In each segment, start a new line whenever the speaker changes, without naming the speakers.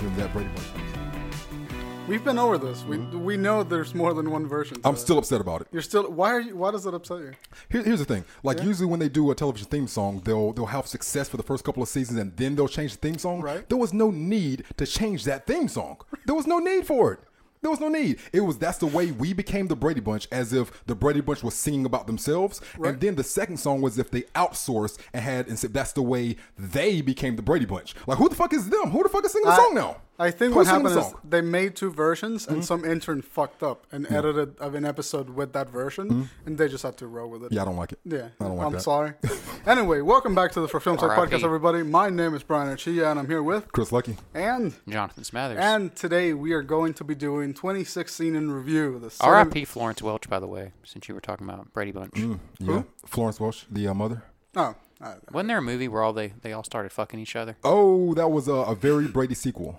Give me that Brady Bunch.
We've been over this. We we know there's more than one version. to
Mm-hmm. I'm
it.
still upset about it.
You're still. Why are you? Why does it upset you?
Here, here's the thing. Like usually when they do a television theme song, they'll they'll have success for the first couple of seasons and then they'll change the theme song.
Right.
There was no need to change that theme song. There was no need for it. There was no need. It was that's the way we became the Brady Bunch, as if the Brady Bunch was singing about themselves.
Right.
And then the second song was if they outsourced and had and said that's the way they became the Brady Bunch. Like who the fuck is them? Who the fuck is singing the song now?
I think
Who's
what
singing the
happened is
song? Mm-hmm.
they made two versions, and some intern fucked up and edited of an episode with that version, and they just had to roll with it.
Mm-hmm. Yeah, I don't like it.
Yeah,
I don't like
am
that.
sorry. anyway, welcome back to the For Film Side
R.I.P..
podcast, everybody. My name is Brian Archia, and I'm here with
Chris Lucky.
and
Jonathan Smathers.
and today we are going to be doing 2016 in review. The cinema-
R.I.P. Florence Welch, by the way, since you were talking about Brady Bunch.
Yeah. Florence Welsh, the uh, mother.
Oh, uh,
Wasn't there a movie where all they, they all started fucking each other?
Oh, that was a, a very Brady sequel.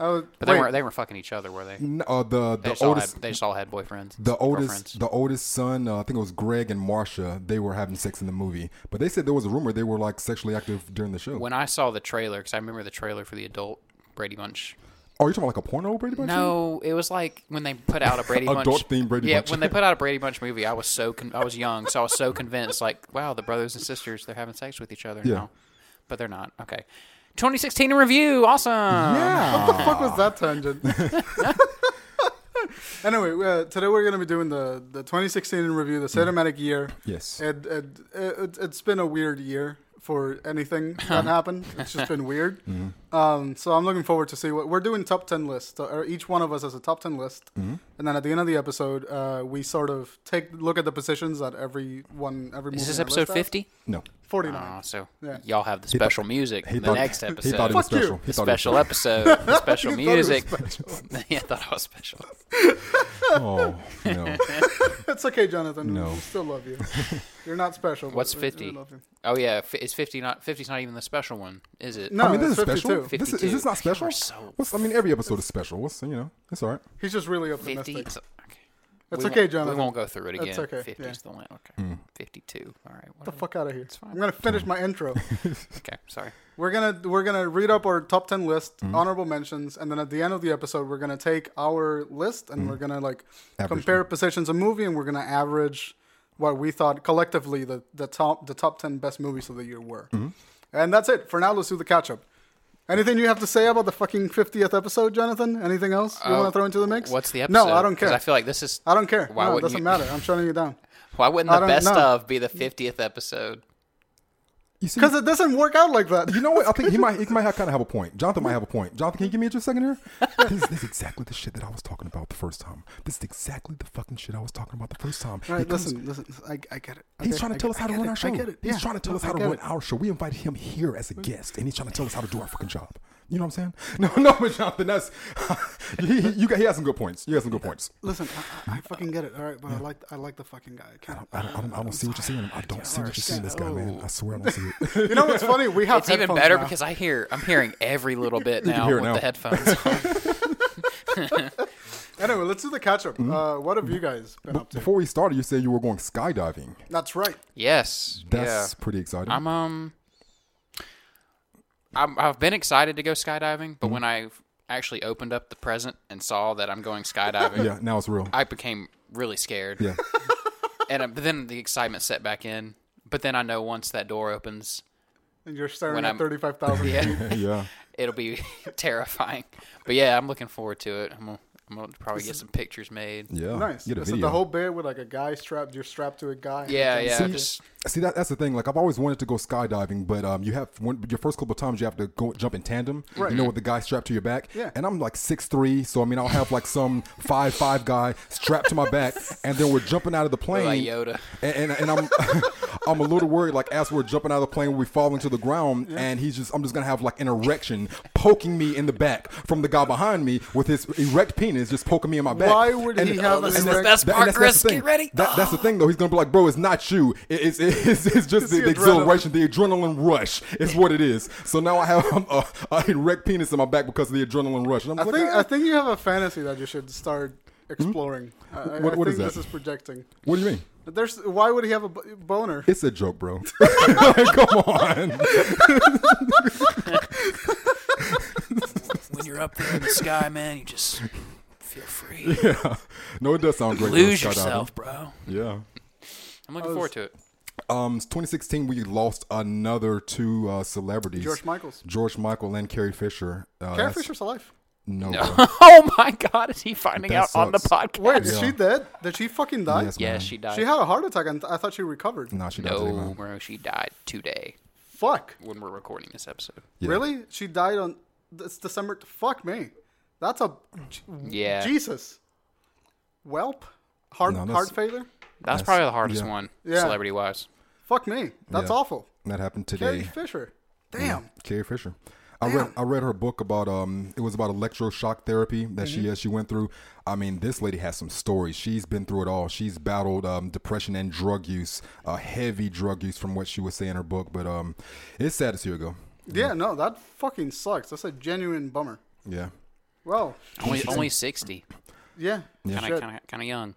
oh,
But they
wait.
weren't they weren't fucking each other, were they?
N- Uh, the
They
the
just, all had,
oldest,
they just all had boyfriends.
the
girlfriends.
oldest, the oldest son. Uh, I think it was Greg and Marcia. They were having sex in the movie, but they said there was a rumor they were like sexually active during the show.
When I saw the trailer, because I remember the trailer for the adult Brady Bunch.
oh, you talking about like a porno Brady Bunch? thing?
No, it was like when they put out a Brady Bunch.
Adult-themed Brady
yeah,
Bunch.
when they put out a Brady Bunch movie, I was so con- I was young, so I was so convinced. Like, wow, the brothers and sisters they're having sex with each other
Yeah.
now, but they're not. Okay, 2016 in review, awesome.
Yeah.
What the fuck was that tangent? anyway, uh, today we're going to be doing the, the 2016 in review, the cinematic year.
Yes.
It, it, it, it's been a weird year for anything that happened. It's just been weird. Um, so I'm looking forward to see what we're doing top 10 lists. Or each one of us has a top 10 list. And then at the end of the episode, uh, we sort of take look at the positions that every one, every movie.
Is this
on our
episode
list has.
50?
No.
49.
Oh, so
Yeah.
y'all have the special music in the next episode.
He thought it was
Fuck you.
special. He
the
thought it was
special episode, the special
thought it was
music. yeah, I thought I was special.
Oh no.
It's okay, Jonathan.
No.
We still love you. You're not special. but
What's
we- we
50?
love you.
Oh yeah, fi- is fifty not fifty's not even the special one, is it?
No,
I mean, this
it's
is special.
52.
This is, is this not
52.
special?
You're so-
What's, I mean, every episode is special. What's you know, it's all right.
He's just really
fifty.
optimistic.
It's okay.
It's
We won't-
okay, Jonathan.
We won't go through it again.
It's okay,
Fifty
yeah.
is the one. Okay,
Hmm.
fifty-two. All right.
the
whatever.
fuck out of here.
fine.
I'm gonna finish my intro.
Okay, sorry.
we're gonna we're gonna read up our top ten list,
Mm-hmm.
honorable mentions, and then at the end of the episode, we're gonna take our list and
Mm-hmm.
we're gonna like
Average
compare positions of movie, and we're gonna average what we thought collectively the, the top the top ten best movies of the year were.
Mm-hmm.
And that's it for now. Let's do the catch up. Anything you have to say about the fucking fiftieth episode, Jonathan? Anything else you want to throw into the mix?
Uh, What's the
No,
episode?
I don't
'Cause
care.
I feel like this is.
I don't care.
Why
no, it
wouldn't
doesn't
you-
matter. I'm shutting you down.
Why wouldn't
I
the
don't
best
know.
of be the fiftieth episode?
You see,
Because it doesn't work out like that.
You know what? I think he might he might have kind of have a point. Jonathan might have a point. Jonathan, can you give me just a second here? This, this is exactly the shit that I was talking about the first time. This is exactly the fucking shit I was talking about the first time.
All
He
right,
comes-
listen, listen. I, I get it.
He's
Okay,
trying
I
to tell us
get-
how to
I
run
get
our
it,
show.
I get it.
He's
yeah.
trying to tell
No,
us how
I
to
get
run
it.
our show. We invited him here as a guest, and he's trying to tell us how to do our fucking job. You know what I'm saying? No, no, but Jonathan, that's he, he, you got, he has some good points. He has some good points.
Listen, I, I- I fucking get it. All right, but I like I like the fucking guy. I
I
can't.
don't, I don't, I don't, I don't see what you're seeing. him. I don't see what you're seeing this guy, man. I swear I don't see it.
You know what's funny? We have
It's even
headphones
better
now.
because I hear I'm hearing every little bit now
hear
with
it now.
the headphones. on.
anyway, let's do the catch
Mm-hmm.
up. Uh, what have you guys been up to?
Before we started, you said you were going skydiving.
That's right.
yes.
That's
yeah.
pretty exciting.
I'm um. I'm, I've been excited to go skydiving,
Mm-hmm.
but when I actually opened up the present and saw that I'm going skydiving,
yeah, now it's real.
I became really scared.
yeah.
And uh, but then the excitement set back in. But then I know once that door opens,
And you're staring
When
at
I'm-
thirty five thousand.
yeah,
yeah.
it'll be terrifying. But yeah, I'm looking forward to it. I'm gonna, I'm gonna probably get some pictures made.
Yeah.
Nice.
Oh, Get a
Is it
video.
the whole bit with like a guy strapped? You're strapped to a guy.
Yeah,
And-
yeah.
See,
just
see that that's the thing. Like I've always wanted to go skydiving, but um, you have when, your first couple of times you have to go jump in tandem.
Right.
You know, with the guy strapped to your back.
Yeah.
And I'm like six three, so I mean I'll have like some five five guy strapped to my back, and then we're jumping out of the plane.
like Yoda.
And, and, and I'm I'm a little worried. Like as we're jumping out of the plane, we falling to the ground, and he's just I'm just gonna have like an erection poking me in the back from the guy behind me with his erect penis just poking me in my back.
Why would
And-
he have
this
an
is the
erect-
best
That-
part,
that's-
Chris.
that's the thing.
Get ready.
That- that's the thing, though. He's gonna be like, "Bro, it's not you. It- it's it's, it's just the,
the
the exhilaration, the adrenaline rush is what it is." So now I have um, a, a erect penis in my back because of the adrenaline rush. And I'm
I
like,
think
"Ah."
I think you have a fantasy that you should start exploring. I- I,
What-
I
what
think
is that?
this is projecting.
"What do you mean?
But There's why would he have a b- boner?
It's a joke, bro. Come on."
When you're you're up there in the sky, man, you just feel free.
Yeah. No, it does sound great. though,
Lose
skydiving.
yourself, bro.
Yeah.
I'm looking forward to it.
Um, 2016, we lost another two uh, celebrities.
George Michaels.
George Michael and Carrie Fisher. Uh,
Carrie
that's-
Fisher's alive.
No. bro.
oh my God, is he finding
That
out on the
sucks.
podcast?
Wait, is
Yeah.
she dead? Did she fucking die?
Yes, Mm.
Yeah,
man.
she died.
She had a heart attack, and I thought she recovered.
No, she died.
no,
man.
bro, she died today
Fuck.
when we're recording this episode.
Yeah.
Really? She died on. It's December. Fuck me. That's a.
Yeah,
Jesus. Welp. Heart
No, that's-
heart failure.
that's probably the hardest
yeah.
one,
Yeah.
celebrity wise.
Fuck me. That's
Yeah.
awful.
That happened
Carrie
today.
Fisher. Damn.
Carrie Fisher. I read I read her book about um it was about electroshock therapy that
Mm-hmm.
she uh, she went through. I mean, this lady has some stories. She's been through it all. She's battled um, depression and drug use, uh, heavy drug use from what she was saying in her book. But um, it's sad to see her go.
Yeah, no, that fucking sucks. That's a genuine bummer.
Yeah,
Well,
Only only sixty,
yeah.
kind
shit.
of kind of kind of young.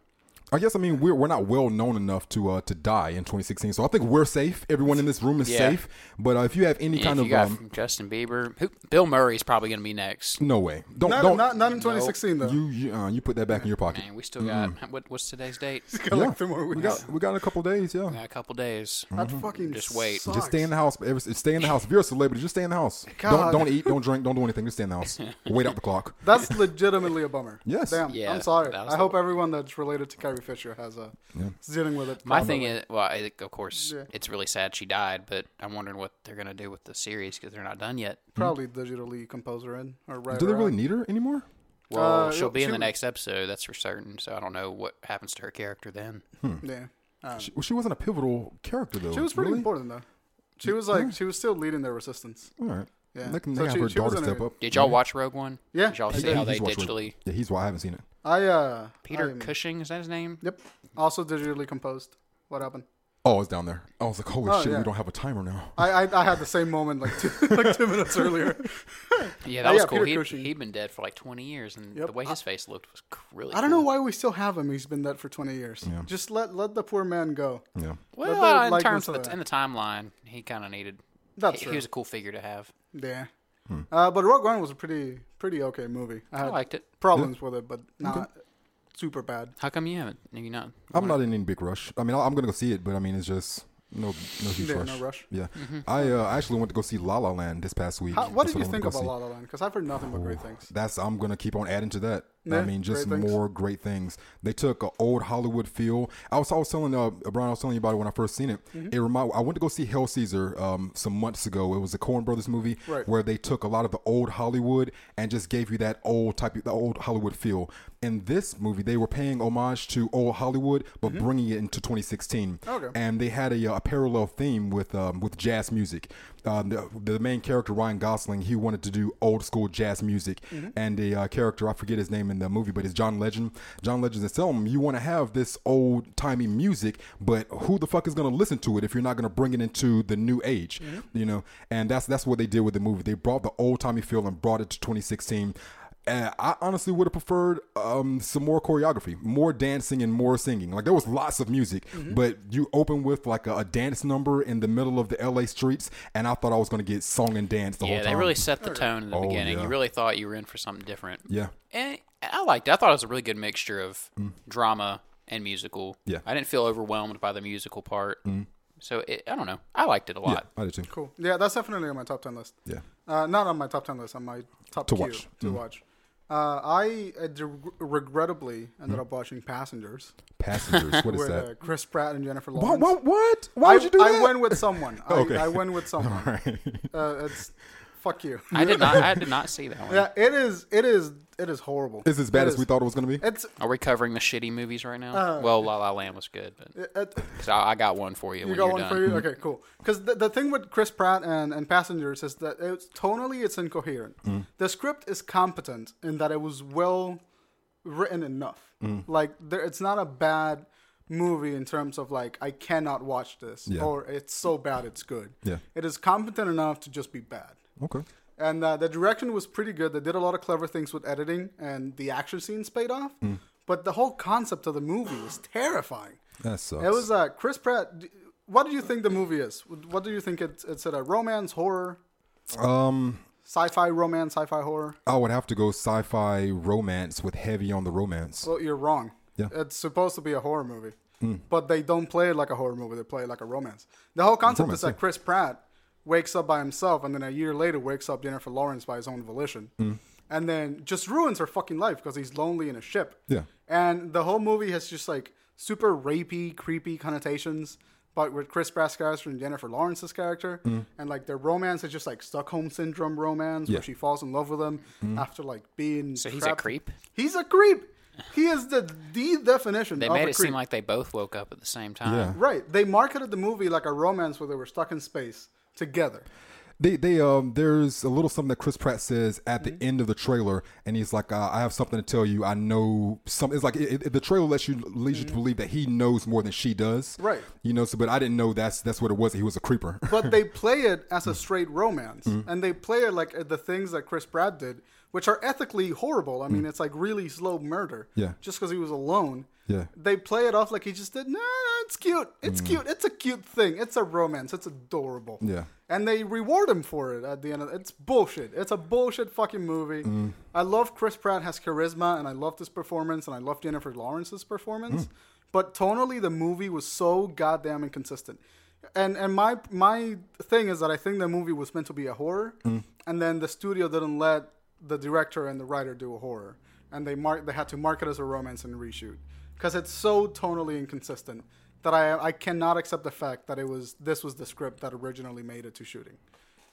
I guess I mean we're we're not well known enough to uh, to die in 2016. So I think we're safe. Everyone in this room is
Yeah.
safe. But uh, if you have any
Yeah,
kind
if
of
you got
um, Mm.
Justin Bieber, who, Bill Murray's probably gonna be next.
no way, don't
Not,
don't
not, not in 2016, though.
you you, uh, you put that back in your pocket.
And we still got what, what's today's date?
got like three more
we
weeks.
got we got a couple days. Yeah.
We got a couple days.
that fucking
Just wait.
sucks.
Just stay in the house. Ever- Stay in the house. If you're a celebrity, just stay in the house.
God.
Don't don't eat, don't drink, don't do anything. Just stay in the house. Wait out the clock.
That's legitimately a bummer.
Yes.
Damn.
Yeah,
I'm sorry.
that was
I
the-
hope everyone that's related to Carrie Fisher has a is dealing with it.
My thing
properly.
is, well, I, think, of course,
Yeah.
it's really sad she died, but I'm wondering what they're gonna do with the series because they're not done yet.
probably digitally compose her in or write
Do they
her
really
out.
need her anymore?
Well,
Uh,
she'll be in
she-
the next episode, that's for certain. So I don't know what happens to her character then.
Yeah. Um,
She, well, she wasn't a pivotal character though.
she was pretty
Really?
important though. She was like she was still leading their resistance.
All right.
Yeah.
They can, they can
So she-
have
she
her
was
daughter
in
step
her-
up.
Did y'all watch Rogue One?
Yeah.
Did y'all
I
see
did.
how they
Mm-hmm. He's watched
digitally?
Rogue- Yeah, he's why I haven't seen it.
I uh
Peter
I'm-
Cushing is that his name?
Yep. Also digitally composed. What happened?
Oh, it's down there. I was like, holy
Oh,
shit,
yeah.
we don't have a timer now.
I, I I had the same moment like two like two minutes earlier.
Yeah,
Oh,
that was
yeah,
cool.
Peter
He'd,
Cushing.
he'd been dead for like 20 years, and
Yep.
the way his face looked was cr- really.
I don't know
cool.
why we still have him. He's been dead for twenty years. Just let let the poor man go.
Yeah.
Let
Well,
the
in
likeness
terms
of
of
that. uh,
the, in the timeline, he kind of needed.
That's
he,
true.
he was a cool figure to have.
Yeah.
Hmm.
Uh, but Rogue One was a pretty pretty okay movie. I,
I
had
liked it.
problems with it, but not super bad.
How come you haven't? You not?
I'm not in any big rush. I mean, I- I'm gonna go see it, but I mean, it's just no no huge
Yeah,
rush.
no rush. Mm-hmm.
Yeah. I uh, actually went to go see La La Land this past week.
How, what
That's
did
I
you
went
think
to go
about
see. Oh.
La La Land? Because I've heard nothing but great things.
That's I'm gonna keep on adding to that. I
Yeah,
mean, just
great things.
more great things. They took an old Hollywood feel. I was, I was telling uh, Brian, I was telling you about it when I first seen it.
Mm-hmm.
It remind. I went to go see Hell Caesar um, some months ago. It was a Coen Brothers movie
Right.
where they took a lot of the old Hollywood and just gave you that old type, of, the old Hollywood feel. In this movie, they were paying homage to old Hollywood, but
Mm-hmm.
bringing it into 2016.
Okay.
And they had a, uh, a parallel theme with um, with jazz music. Um, the, the main character Ryan Gosling, he wanted to do old school jazz music, and the uh, character I forget his name in the movie, but it's John Legend. John Legend's telling him, "You want to have this old timey music, but who the fuck is going to listen to it if you're not going to bring it into the new age?" You know, and that's that's what they did with the movie. They brought the old timey feel and brought it to 2016. And I honestly would have preferred um, some more choreography, more dancing and more singing. Like there was lots of music, but you open with like a, a dance number in the middle of the LA streets, and I thought I was gonna get song and dance the
Yeah,
whole
they
time. Oh,
really set the tone in the beginning.
yeah.
You really thought you were in for something different.
yeah,
And I liked it. I thought it was a really good mixture of drama and musical.
Mm. Yeah. Mm.
I didn't feel overwhelmed by the musical part. So it, I don't know. I liked it a lot.
I did too.
Cool. Yeah, that's definitely on my top ten list.
Yeah,
Uh, not on my top ten list. On my top
To
queue
watch. Hmm.
to watch. Uh, I uh, de- regrettably ended up watching Passengers
passengers. What is
with uh,
Hmm. that?
Chris Pratt and Jennifer Lawrence.
What? What? what? Why would
I,
you do
I
that?
went with someone. I,
Okay.
I went with someone.
All right.
Uh, it's fuck you.
I did not. I did not see that one.
Yeah, it is. It is. It is horrible.
It's as bad
It
as we
is-
thought it was gonna be.
It's
Are we covering the shitty movies right now?
Uh,
well, La La Land was good, but
it, it,
'cause I, I got one for you.
you
when
got
you're
one
done.
for you.
Mm-hmm.
Okay, cool. Because the, the thing with Chris Pratt and, and Passengers is that it's tonally it's incoherent. The script is competent in that it was well written enough. Like there, it's not a bad movie in terms of like I cannot watch this
Yeah.
or it's so bad it's good.
Yeah.
It is competent enough to just be bad.
Okay.
And uh, the direction was pretty good. They did a lot of clever things with editing, and the action scenes paid off. But the whole concept of the movie was terrifying.
That sucks.
It was uh, Chris Pratt. d- What do you think the movie is? What do you think it's? It's a romance horror
um.
Sci-fi romance, sci-fi horror.
I would have to go sci-fi romance with heavy on the romance.
Well, you're wrong.
Yeah. Hmm.
It's supposed to be a horror movie, but they don't play it like a horror movie. They play it like a romance. The whole concept
Romance,
is that Chris Pratt wakes up by himself, and then a year later wakes up Jennifer Lawrence by his own volition,
Hmm.
and then just ruins her fucking life because he's lonely in a ship.
Yeah.
And the whole movie has just like super rapey, creepy connotations. But with Chris Pratt's character and Jennifer Lawrence's character, and like their romance is just like Stockholm syndrome romance,
Hmm. Yeah. Hmm.
where she falls in love with him after like being.
So he's a
trapped-
creep?
He's a creep. He is the the definition.
They
of
made
a
it
creep.
seem like they both woke up at the same time.
Yeah.
right. They marketed the movie like a romance where they were stuck in space together.
They, they, um, there's a little something that Chris Pratt says at
Mm-hmm.
the end of the trailer, and he's like, uh, "I have something to tell you. I know some." It's like it, it- the trailer lets you leads you to believe that he knows more than she does,
Mm-hmm. Right.
You know, so but I didn't know that's that's what it was. He was a creeper.
But they play it as a straight romance, and they play it like the things that Chris Pratt did, which are ethically horrible. I mean, it's like really slow murder.
Yeah.
Just because he was alone.
Yeah.
They play it off like he just did. No, no, it's cute. It's cute. It's a cute thing. It's a romance. It's adorable.
Yeah.
And they reward him for it at the end. Of, it's bullshit. It's a bullshit fucking movie. I love Chris Pratt has charisma, and I love this performance, and I love Jennifer Lawrence's performance. But tonally, the movie was so goddamn inconsistent. And and my my thing is that I think the movie was meant to be a horror, and then the studio didn't let the director and the writer do a horror, and they mark they had to market it as a romance and reshoot because it's so tonally inconsistent that I I cannot accept the fact that it was this was the script that originally made it to shooting.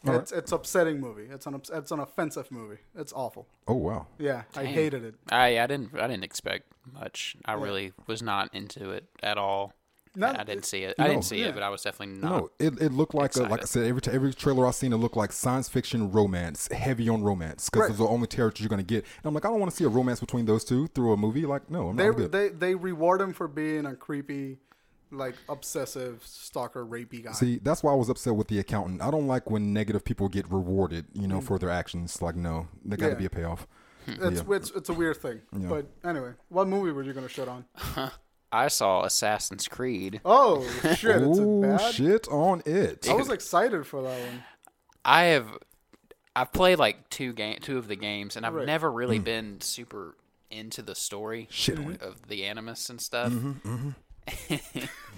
It's it's upsetting movie. It's an ups- it's an offensive movie. It's awful.
oh wow,
Yeah, I hated it.
I I didn't I didn't expect much. I really was not into it at all.
No,
I didn't see it. I
no.
didn't see it, but I was definitely not.
No, it, it looked like a, like I said every t- every trailer I've seen it looked like science fiction romance, heavy on romance because
Right.
those are the only characters you're gonna get. And I'm like, I don't want to see a romance between those two through a movie. Like, no, I'm
They
not good.
they they reward him for being a creepy, like obsessive stalker rapey guy.
See, that's why I was upset with the accountant. I don't like when negative people get rewarded, you know, for their actions. Like, no, there got to
Mm. Yeah.
be a payoff.
it's, it's it's a weird thing. But anyway, what movie were you gonna shit on?
I saw Assassin's Creed.
Oh shit! It's a
Oh
bad. Oh,
shit on it!
I was excited for that one.
I have I've played like two game two of the games, and I've
Right.
never really been super into the story
Mm. Shit on it! Mm-hmm.
of the animus and stuff.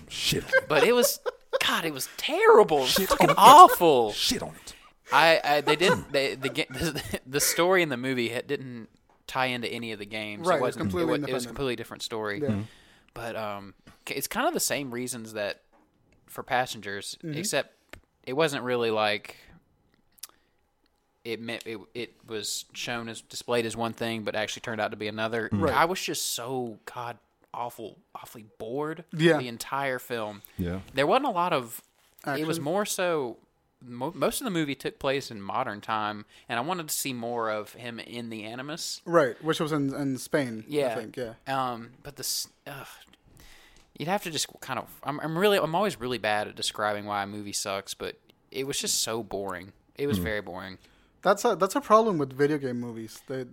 Shit! on it.
But it was God, it was terrible. It was fucking awful.
Shit on it!
I, I they didn't they, the, ga- the the story in the movie had, didn't tie into any of the games.
Right, it
it,
was
wasn't, it,
completely
wa- it was,
independent.
a completely different story. But um, k- it's kind of the same reasons that for passengers,
Mm-hmm.
except it wasn't really like it meant it, it was shown as displayed as one thing, but actually turned out to be another.
Mm-hmm.
I was just so god awful, awfully bored.
Yeah.
the entire film.
Yeah.
There wasn't a lot of. It was
Action?
more so. Mo- most of the movie took place in modern time, and I wanted to see more of him in the Animus.
Right, which was in, in Spain.
Yeah,
I think. Yeah.
Um, but this, ugh, you'd have to just kind of. I'm, I'm really. I'm always really bad at describing why a movie sucks, but it was just so boring. It was very boring.
That's a that's a problem with video game movies. They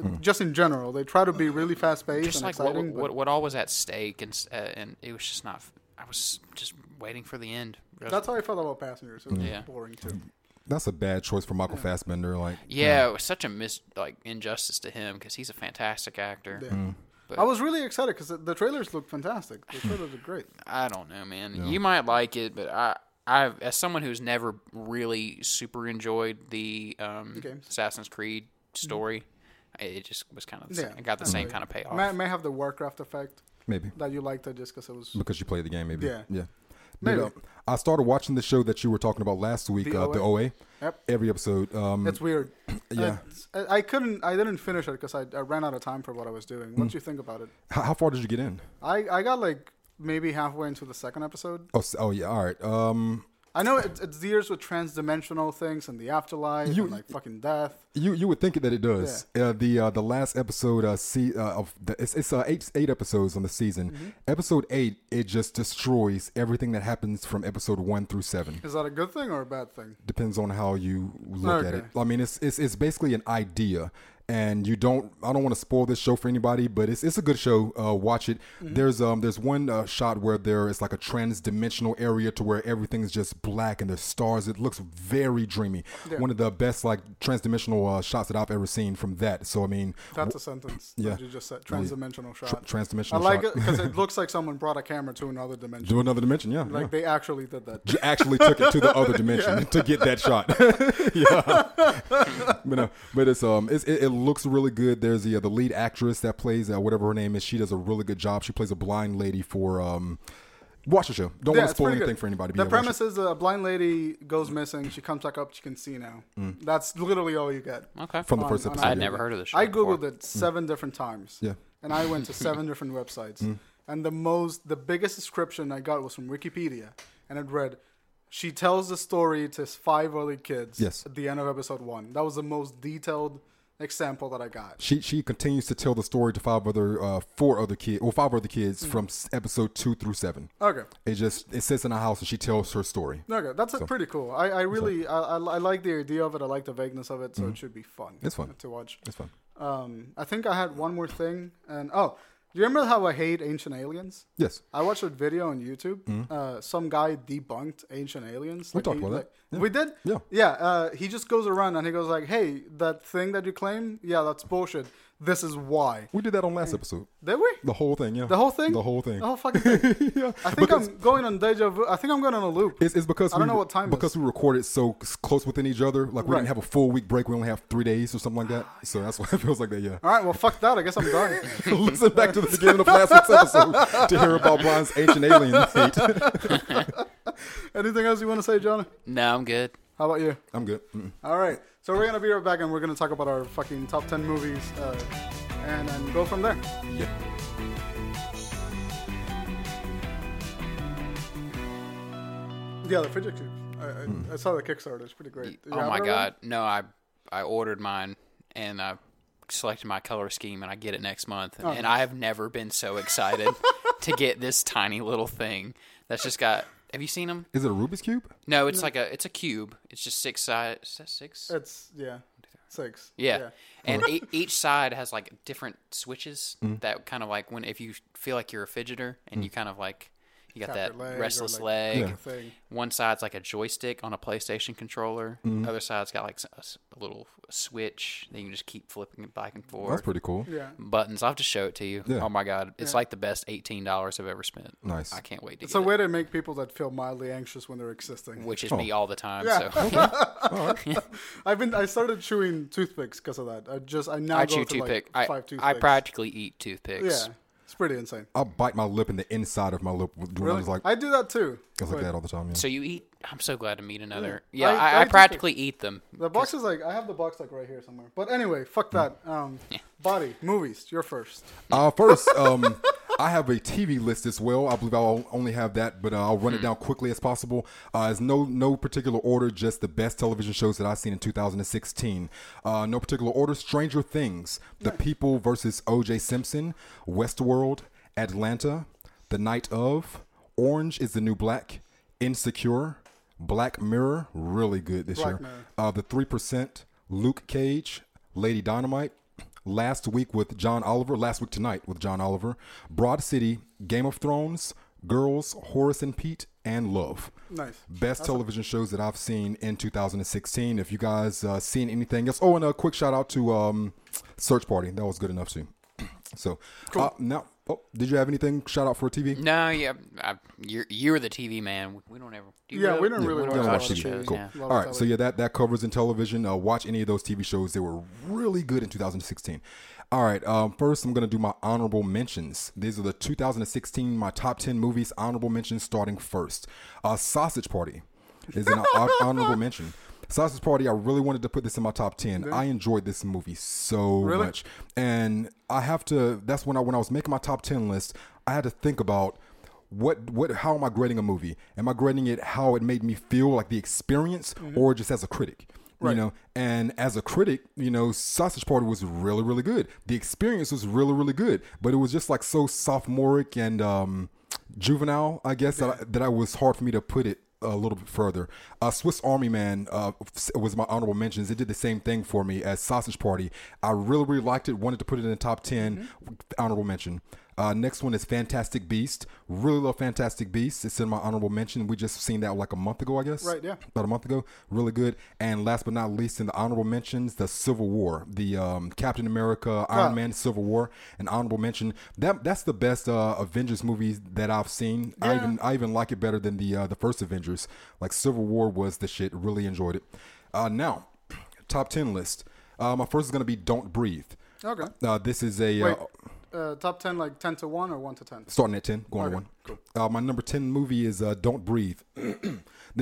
Hmm.
just in general they try to be really fast paced
Uh, Just
and
like what,
exciting.
what,
but
what, all was at stake, and s- uh, and it was just not. I was just waiting for the end.
that's how I felt about Passengers. It was
Yeah.
boring
Hmm.
too.
That's a bad choice for Michael Fassbender. Like,
Yeah, it was such a mis like injustice to him because he's a fantastic actor.
Yeah.
Hmm.
I was really excited because the trailers looked fantastic. The trailers looked great.
I don't know, man. You might like it, but I, I, as someone who's never really super enjoyed the um,
games. Mm-hmm.
Assassin's Creed story, I it just was kind of the
Yeah,
same, it got the same kind of payoff.
May, may have the Warcraft effect
maybe
that you liked it just because it was
because you played the game, maybe.
Yeah.
Yeah.
Maybe.
Dude, uh, I started watching the show that you were talking about last week,
The
uh, the OA.
Yep.
Every episode. Um,
it's weird.
yeah.
It's- I, I couldn't. I didn't finish it because I, I ran out of time for what I was doing.
Hmm.
Once you think about it,
how, how far did you get in?
I I got like maybe halfway into the second episode.
Oh, s- oh yeah. All right. Um,
I know it, it deals with transdimensional things and the afterlife
You-
and like fucking death.
You you would think that it does. Uh, the uh, the last episode uh, see, uh, of the, it's, it's uh, eight eight episodes on the season. Episode eight it just destroys everything that happens from episode one through seven.
Is that a good thing or a bad thing?
Depends on how you look at it.
Okay.
I mean, it's it's it's basically an idea. and you don't. I don't want to spoil this show for anybody, but it's it's a good show. Uh, watch it.
Mm-hmm.
There's um there's one uh, shot where there is like a trans-dimensional area to where everything's just black and there's stars. It looks very dreamy. One of the best like trans-dimensional uh, shots that I've ever seen from that. So I mean,
That's a sentence
Yeah.
that you just said. Transdimensional shot. I
trans-dimensional.
like
shot.
it because it looks like someone brought a camera to another dimension.
Do another dimension, yeah. yeah.
Like they actually did that.
J- actually took it to the other dimension to get that shot. yeah, but no, but it's um, it's, it, it looks really good. There's the uh, the lead actress that plays uh, whatever her name is. She does a really good job. She plays a blind lady for um. Watch the show. Don't want to
it's
spoil
pretty
anything
good.
for anybody. but
The
yeah, watch
premise is a blind lady goes missing. She comes back up. She can see now. That's literally all you get.
Okay.
it from Mm. the
on-
first
on
episode. Mm.
I'd
yeah.
never heard of this. Show
I
before.
googled it seven different times.
Yeah.
And I went to seven different websites.
Hmm.
And the most, the biggest description I got was from Wikipedia, and it read, "She tells the story to five other kids."
Yes.
At the end of episode one, that was the most detailed example that I got.
She she continues to tell the story to five other uh four other kids or five other kids
Hmm.
from s- episode two through seven.
Okay.
It just it sits in a house and she tells her story.
Okay, that's uh, pretty cool. I, I really I, I, I like the idea of it. I like the vagueness of it, so it should be fun.
Mm-hmm. It's fun.
to watch.
It's fun.
Um, I think I had one more thing, and oh, do you remember how I hate Ancient Aliens?
Yes.
I watched a video on YouTube. Uh, some guy debunked Ancient Aliens.
Hmm? We
Like,
talked
he-
about that.
like-
Yeah.
We did.
Yeah.
Yeah. Uh, he just goes around and he goes like, "Hey, that thing that you claim, yeah, that's bullshit. This is why."
We did that on last episode.
Did we?
The whole thing, yeah.
Hmm. The whole thing.
The whole thing.
The whole fucking thing.
yeah.
I think I'm going on deja vu. I think I'm going on a loop.
It's, it's because
I don't
we,
know what time it
because
is.
we recorded so c- close within each other. Like we
Right.
didn't have a full week break. We only have three days or something like that. So that's why it feels like that. Yeah.
All right. Well, fuck that. I guess I'm done.
Listen back to the beginning of last week's episode to hear about Blind's ancient alien hate.
Anything else you want to say, John?
No, I'm good.
How about you?
I'm good. Mm-mm.
All right. So we're gonna be right back, and we're gonna talk about our fucking top ten movies, uh, and and go from there.
Yeah.
Yeah, the fidget cube. I, I,
Hmm.
I saw the Kickstarter. It's pretty great. You
oh
have
my
it already?
god. No, I I ordered mine and I selected my color scheme and I get it next month.
Oh,
And, I have never been so excited to get this tiny little thing that's just got. Have you seen them?
Is it a Rubik's cube?
No, it's like a it's a cube. It's just six sides. Is that six?
It's yeah, six.
Yeah. And e- each side has like different switches
Mm.
that kind of like when if you feel like you're a fidgeter and you kind of like you got
Tap
that
your leg or,
restless
like,
leg.
Yeah.
thing.
One side's like a joystick on a PlayStation controller.
Mm-hmm.
Other side's got like s- a, s- a little switch that you can just keep flipping it back and forth.
That's pretty cool.
Yeah.
Buttons. I'll have to show it to you.
Yeah.
Oh my god, it's like the best eighteen dollars I've ever spent.
Nice.
I can't wait to
It's
get
a
it,
way to make people that feel mildly anxious when they're existing.
which is me all the time.
Yeah.
So
I've been. I started chewing toothpicks because of that. I just. I now
I
go
chew
to
toothpick.
Like
I
five toothpicks.
I practically eat toothpicks.
Yeah. It's pretty insane.
I'll bite my lip and the inside of my lip when I
Really?
was like, I
I do that too.
was like
but
that all the time. Yeah.
So you eat? I'm so glad to meet another. Yeah,
I-
I,
I
I,
do
practically eat them.
The box is like I have the box like right here somewhere. But anyway, fuck
Hmm.
that. Um, body movies. You're first.
Uh, first, um, I have a TV list as well. I believe I'll only have that, but uh, I'll run it down quickly as possible. Uh, it's no no particular order, just the best television shows that I've seen in 2016. Uh, no particular order: Stranger Things, The People versus O.J. Simpson, Westworld, Atlanta, The Night of, Orange is the New Black, Insecure, Black Mirror, really good this year.
Mirror.
Uh, the Three Percent, Luke Cage, Lady Dynamite last week with John Oliver, last week tonight with John Oliver, Broad City, Game of Thrones, Girls, Horace and Pete, and Love.
Nice.
Best television shows that I've seen in 2016. If you guys uh, seen anything else, oh, and a quick shout out to um, Search Party. That was good enough too. So uh, now, oh, did you have anything shout out for TV?
No, yeah, I, you're you're the TV man. We don't ever. Do you
Yeah, we don't really
We don't watch
watch a lot
TV.
of shows.
Cool.
now.
Love
All right, so yeah, that that covers in television. Uh, watch any of those TV shows; they were really good in 2016. All right, um, first I'm gonna do my honorable mentions. These are the 2016 my top 10 movies honorable mentions. Starting first, uh, Sausage Party is an hon- honorable mention. Sausage Party. I really wanted to put this in my top 10. I enjoyed this movie so much, and I have to. That's when I when I was making my top 10 list, I had to think about what what how am I grading a movie? Am I grading it how it made me feel like the experience or just as a critic? You know, and as a critic, you know, Sausage Party was really, really good. The experience was really, really good, but it was just like so sophomoric and um, juvenile, I guess, that, I, that I was hard for me to put it a little bit further. Uh, Swiss Army Man uh, was my honorable mentions. It did the same thing for me as Sausage Party. I really, really liked it. Wanted to put it in the top 10.
Mm-hmm.
Honorable mention. Uh, next one is Fantastic Beast. Really love Fantastic Beast. It's in my honorable mention. We just seen that like a month ago, I guess.
Right, yeah.
About a month ago. Really good. And last but not least, in the honorable mentions, the Civil War, the um, Captain America, Iron
Ah.
Man, Civil War. An honorable mention. That that's the best uh, Avengers movies that I've seen. I
Yeah.
even I even like it better than the uh, the first Avengers. Like Civil War was the shit. Really enjoyed it. Uh, now, top ten list. Uh, my first is gonna be Don't Breathe.
Okay.
Uh, this is a
Wait,
uh,
uh, top ten like ten to one or one to ten?
starting at 10 going
Okay,
to 1 uh, my number 10 movie is uh, don't breathe this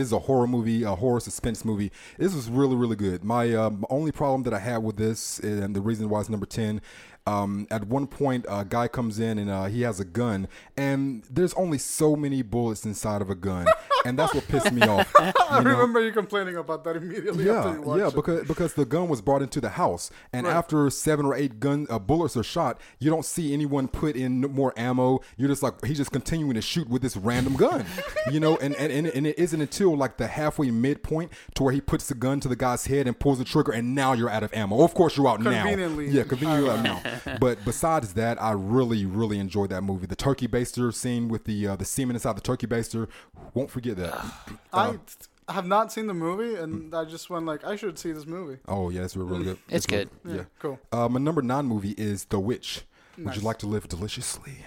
is a horror movie a horror suspense movie this was really really good my um, only problem that i had with this and the reason why it's number 10 um, at one point a guy comes in and uh, he has a gun and there's only so many bullets inside of a gun and that's what pissed me off
I remember you complaining about that immediately after you
yeah,
watched
yeah,
it.
because because the gun was brought into the house, and
Right.
after seven or eight gun uh, bullets are shot, you don't see anyone put in more ammo. You're just like he's just continuing to shoot with this random gun, you know. And and, and and it isn't until like the halfway midpoint to where he puts the gun to the guy's head and pulls the trigger, and now you're out of ammo. Of course, you're out
Conveniently.
now. Yeah, conveniently you're out now. But besides that, I really really enjoyed that movie. The turkey baster scene with the uh, the semen inside the turkey baster, won't forget that. Uh,
I I have not seen the movie,
Hmm.
and I just went like, I should see this movie.
Oh yeah, it's really, really good.
It's
really-
good.
yeah.
Cool.
Uh, my number nine movie is The Witch. Would you like to live deliciously?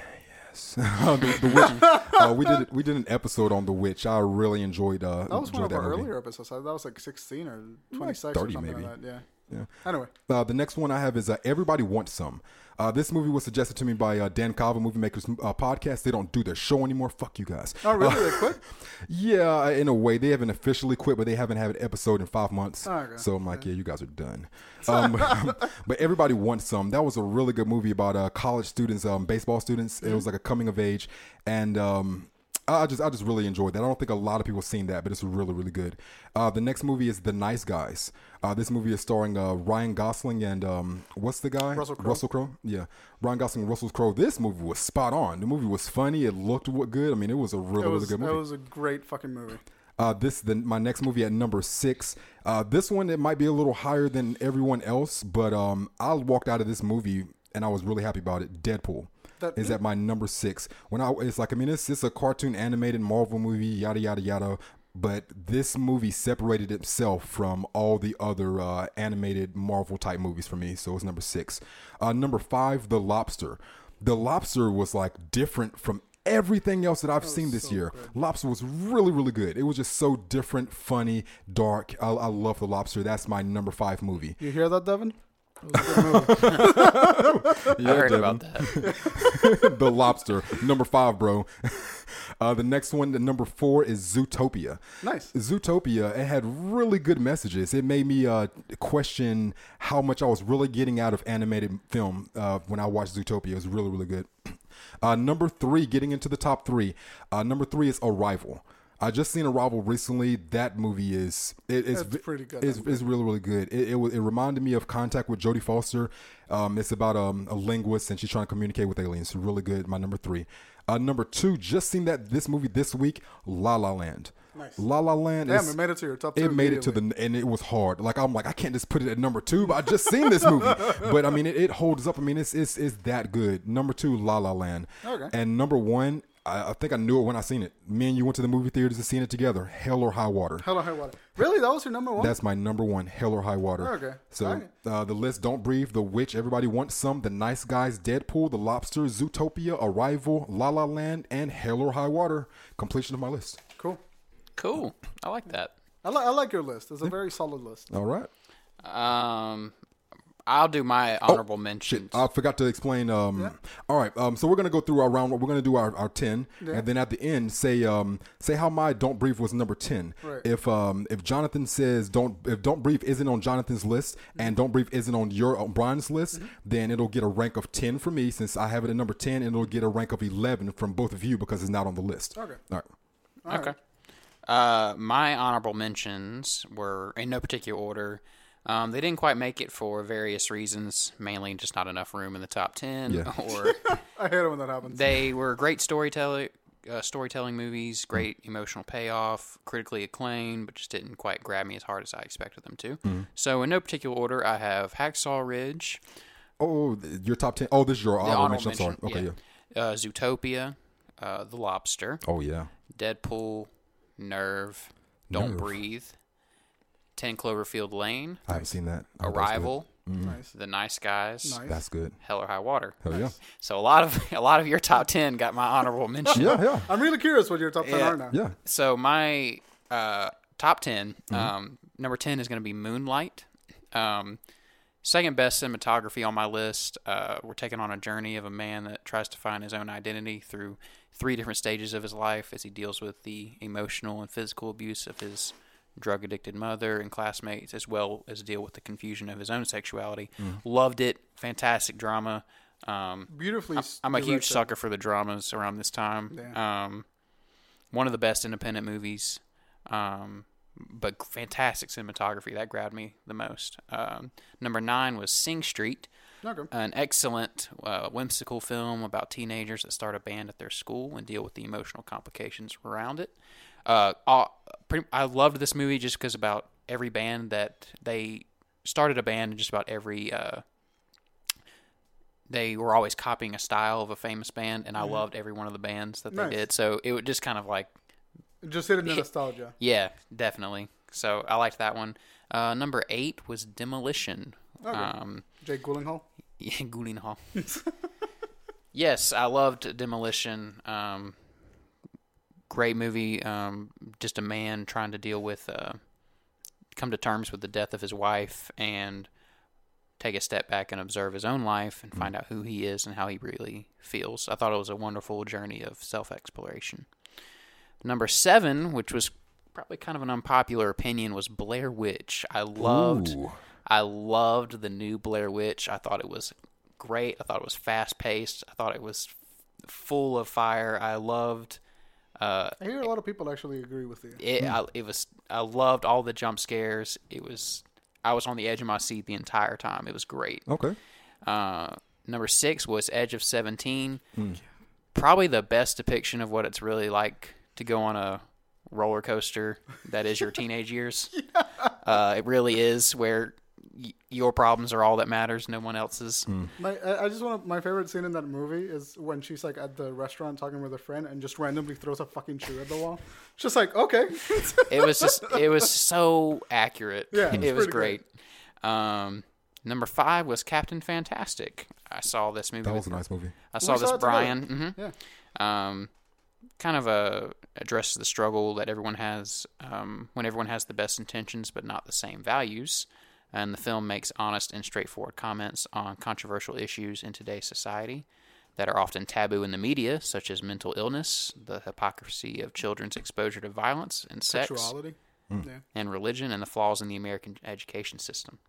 Yes. Um, the, The Witch. uh, we did we did an episode on The Witch. I really enjoyed uh,
That was
enjoyed
one of
that
our
movie.
earlier episodes. That was like 16 or 26 or
30
something
maybe.
like that. Yeah.
Yeah.
Anyway,
Uh, the next one I have is uh, Everybody Wants Some. Uh, this movie was suggested to me by uh, Dan Kava, Movie Makers uh, podcast. They don't do their show anymore. Fuck you guys.
oh really? They quit?
Yeah, in a way, they haven't officially quit, but they haven't had an episode in five months.
Okay.
So I'm like, yeah, you guys are done. Um, but everybody wants some. That was a really good movie about uh, college students, um, baseball students. It
Mm-hmm.
was like a coming of age, and um, I I just I just really enjoyed that. I don't think a lot of people have seen that, but it's really really good. Uh, the next movie is The Nice Guys. Uh, this movie is starring uh, Ryan Gosling and um, what's the guy?
Russell Crowe.
Russell Crowe. Yeah, Ryan Gosling, and Russell Crowe. This movie was spot on. The movie was funny. It looked wa- good. I mean, it was a really
It was,
really good movie.
it was a great fucking movie.
Uh, this the my next movie at number six. Uh, this one it might be a little higher than everyone else, but um, I walked out of this movie and I was really happy about it. Deadpool
That-
is at my number six. When I it's like I mean it's it's a cartoon animated Marvel movie, yada yada yada. But this movie separated itself from all the other uh, animated Marvel type movies for me, so it's number six. Uh, number five, The Lobster. The Lobster was like different from everything else that I've seen this year. Lobster was really, really good. It was just so different, funny, dark. I, I love The Lobster. That's my number five movie.
You hear that, Devin? It was a good movie.
I heard about that.
the Lobster, number five, bro. Uh, the next one, the number four, is Zootopia.
Nice.
Zootopia, it had really good messages. It made me uh, question how much I was really getting out of animated film uh, when I watched Zootopia. It was really, really good. Uh, number three, getting into the top three. Uh, number three is Arrival. I just seen Arrival recently. That movie is it, it's
That's pretty good.
It's, it's really really good. It, it was- it reminded me of Contact with Jodie Foster. Um, it's about um, a linguist and she's trying to communicate with aliens. Really good. My number three. Uh, number two, just seen that this movie this week, La La Land. Nice. La La Land.
Damn,
is-
it made it to your top two
It made it to the and it was hard. Like I'm like I can't just put it at number two, but I just seen this movie. But I mean, it, it holds up. I mean, it's it's it's that good. Number two, La La Land.
Okay.
And number one, I, I think I knew it when I seen it. Me and you went to the movie theaters and seen it together. Hell or High Water.
Hello, High Water. Really? That was your number one?
That's my number one, Hell or High Water.
Okay.
So
Alright.
uh, the list: Don't Breathe, The Witch, Everybody Wants Some, The Nice Guys, Deadpool, The Lobster, Zootopia, Arrival, La La Land, and Hell or High Water. Completion of my list.
cool.
Cool. I like that.
I, li- I like your list. It's a very solid list.
All right.
Um, I'll do my
Oh,
honorable mentions.
I forgot to explain. Um, All right, um, so we're gonna go through our round. We're gonna do our, our ten, and then at the end, say um, say how my don't breathe was number ten.
Right.
If um, if Jonathan says don't if don't breathe isn't on Jonathan's list
Mm-hmm.
and don't breathe isn't on your on Brian's list, then it'll get a rank of ten for me since I have it at number ten, and it'll get a rank of eleven from both of you because it's not on the list.
Okay.
All right.
okay. Uh, my honorable mentions were in no particular order. Um, they didn't quite make it for various reasons, mainly just not enough room in the top ten,
Yeah.
or
I hate it when that happens.
they were great storyteller uh, storytelling movies, great emotional payoff, critically acclaimed, but just didn't quite grab me as hard as I expected them to.
Mm-hmm.
So, in no particular order, I have Hacksaw Ridge,
Oh, th- your top ten. Oh, this is your
the
honorable
honorable
mention. I'm sorry. Okay, yeah.
mention, yeah. Uh, Zootopia, uh, The Lobster,
Oh yeah.
Deadpool, Nerve, Don't
Nerve.
Breathe, Ten Cloverfield Lane,
I haven't seen that. Oh, that's good.
Arrival,
Nice.
The Nice Guys,
Nice.
That's good.
Hell or High Water.
Hell yeah.
So a lot of a lot of your top ten got my honorable mention.
Yeah, yeah,
I'm really curious what your top 10 are now.
yeah.
So my uh, top 10 um, number ten is going to be Moonlight. Um, second best cinematography on my list. Uh, we're taking on a journey of a man that tries to find his own identity through three different stages of his life as he deals with the emotional and physical abuse of his drug addicted mother and classmates, as well as deal with the confusion of his own sexuality. Loved it. Fantastic drama. Um,
Beautifully.
I'm a huge
directed.
sucker for the dramas around this time. Um, one of the best independent movies, um, but fantastic cinematography that grabbed me the most. Um, number nine was Sing Street,
Okay.
an excellent uh, whimsical film about teenagers that start a band at their school and deal with the emotional complications around it. Uh, all, pretty, I loved this movie just because about every band that they started a band and just about every. Uh, they were always copying a style of a famous band, and I loved every one of the bands that they
Nice.
did. So it would just kind of like
Just hit it in nostalgia.
yeah, definitely. So I liked that one. Uh, number eight was Demolition. Um,
Jake Gyllenhaal.
yeah, Gyllenhaal. yes, I loved Demolition. Um, great movie. Um, just a man trying to deal with, uh, come to terms with the death of his wife and take a step back and observe his own life and find out who he is and how he really feels. I thought it was a wonderful journey of self exploration. Number seven, which was probably kind of an unpopular opinion, was Blair Witch. I loved.
Ooh.
I loved the new Blair Witch. I thought it was great. I thought it was fast paced. I thought it was f- full of fire. I loved uh,
I hear a lot of people actually agree with you.
it. I, it was. I loved all the jump scares. It was. I was on the edge of my seat the entire time. It was great.
Okay.
Uh, number six was Edge of Seventeen. Probably the best depiction of what it's really like to go on a roller coaster that is your teenage years. uh, it really is where y- your problems are all that matters, no one else's.
My, I I just want to, my favorite scene in that movie is when she's like at the restaurant talking with a friend and just randomly throws a fucking shoe at the wall. Just like okay,
It was just, it was so accurate.
Yeah, it's
it was
pretty
great. Um, number five was Captain Fantastic. I saw this movie.
That
with
was a nice movie.
I saw
saw
this
it together.
Brian. hmm
Yeah.
Um, kind of a addresses the struggle that everyone has um, when everyone has the best intentions but not the same values. And the film makes honest and straightforward comments on controversial issues in today's society that are often taboo in the media, such as mental illness, the hypocrisy of children's exposure to violence and sex,
sexuality. Yeah.
and religion, and the flaws in the American education system.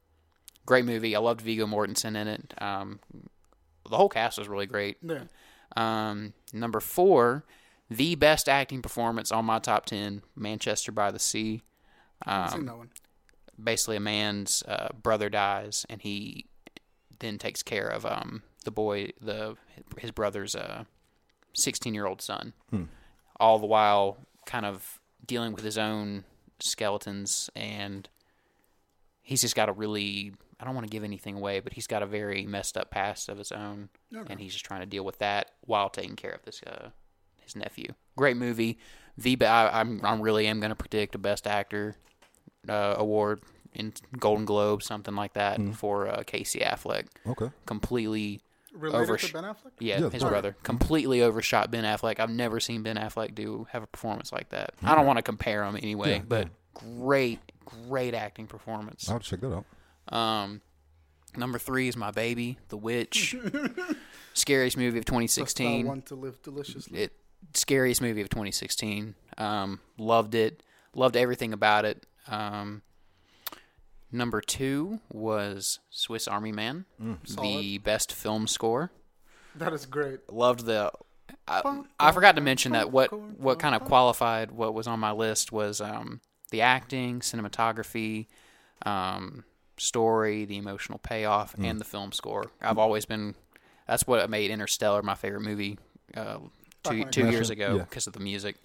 Great movie. I loved Vigo Mortensen in it. Um, the whole cast was really great.
Yeah.
Um, number four, the best acting performance on my top ten, Manchester by the Sea.
I've
Um,
seen that one.
Basically, a man's uh, brother dies, and he then takes care of um, the boy, the his brother's uh, sixteen-year-old son, all the while kind of dealing with his own skeletons, and he's just got a really. I don't want to give anything away, but he's got a very messed up past of his own, and he's just trying to deal with that while taking care of this uh, his nephew. Great movie. The be- I, I'm I really am going to predict a best actor uh, award in Golden Globe, something like that,
Mm-hmm.
for uh, Casey Affleck.
Okay.
Completely
Related
Oversh-
to Ben Affleck.
yeah,
Yeah,
his
sorry.
brother completely overshot Ben Affleck. I've never seen Ben Affleck do have a performance like that. I don't want to compare him
Mm.
anyway,
Yeah,
but great, great acting performance.
I'll check that out.
Um, number three is my baby, The Witch, scariest movie of
I
2016.
uh, want to live deliciously.
It scariest movie of 2016. Um, loved it. Loved everything about it. Um, number two was Swiss Army Man, the
Solid.
best film score
That is great.
loved the. I, I forgot to mention that what what kind of qualified what was on my list was um, the acting, cinematography, um, story, the emotional payoff,
Hmm.
and the film score. I've always been that's what made Interstellar my favorite movie. Uh, two,
Fuck,
two
Russia,
years ago
yeah. Hmm.
because of the music.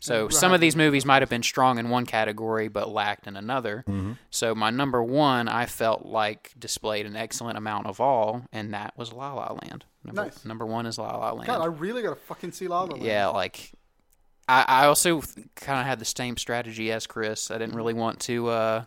So some of these movies might have been strong in one category but lacked in another.
Mm-hmm.
So my number one, I felt like displayed an excellent amount of all, and that was La La Land. Number,
Nice.
number one is La La Land.
God, I really gotta fucking see Lava. Land.
yeah, like I, I also kind of had the same strategy as Chris. I didn't really want to uh,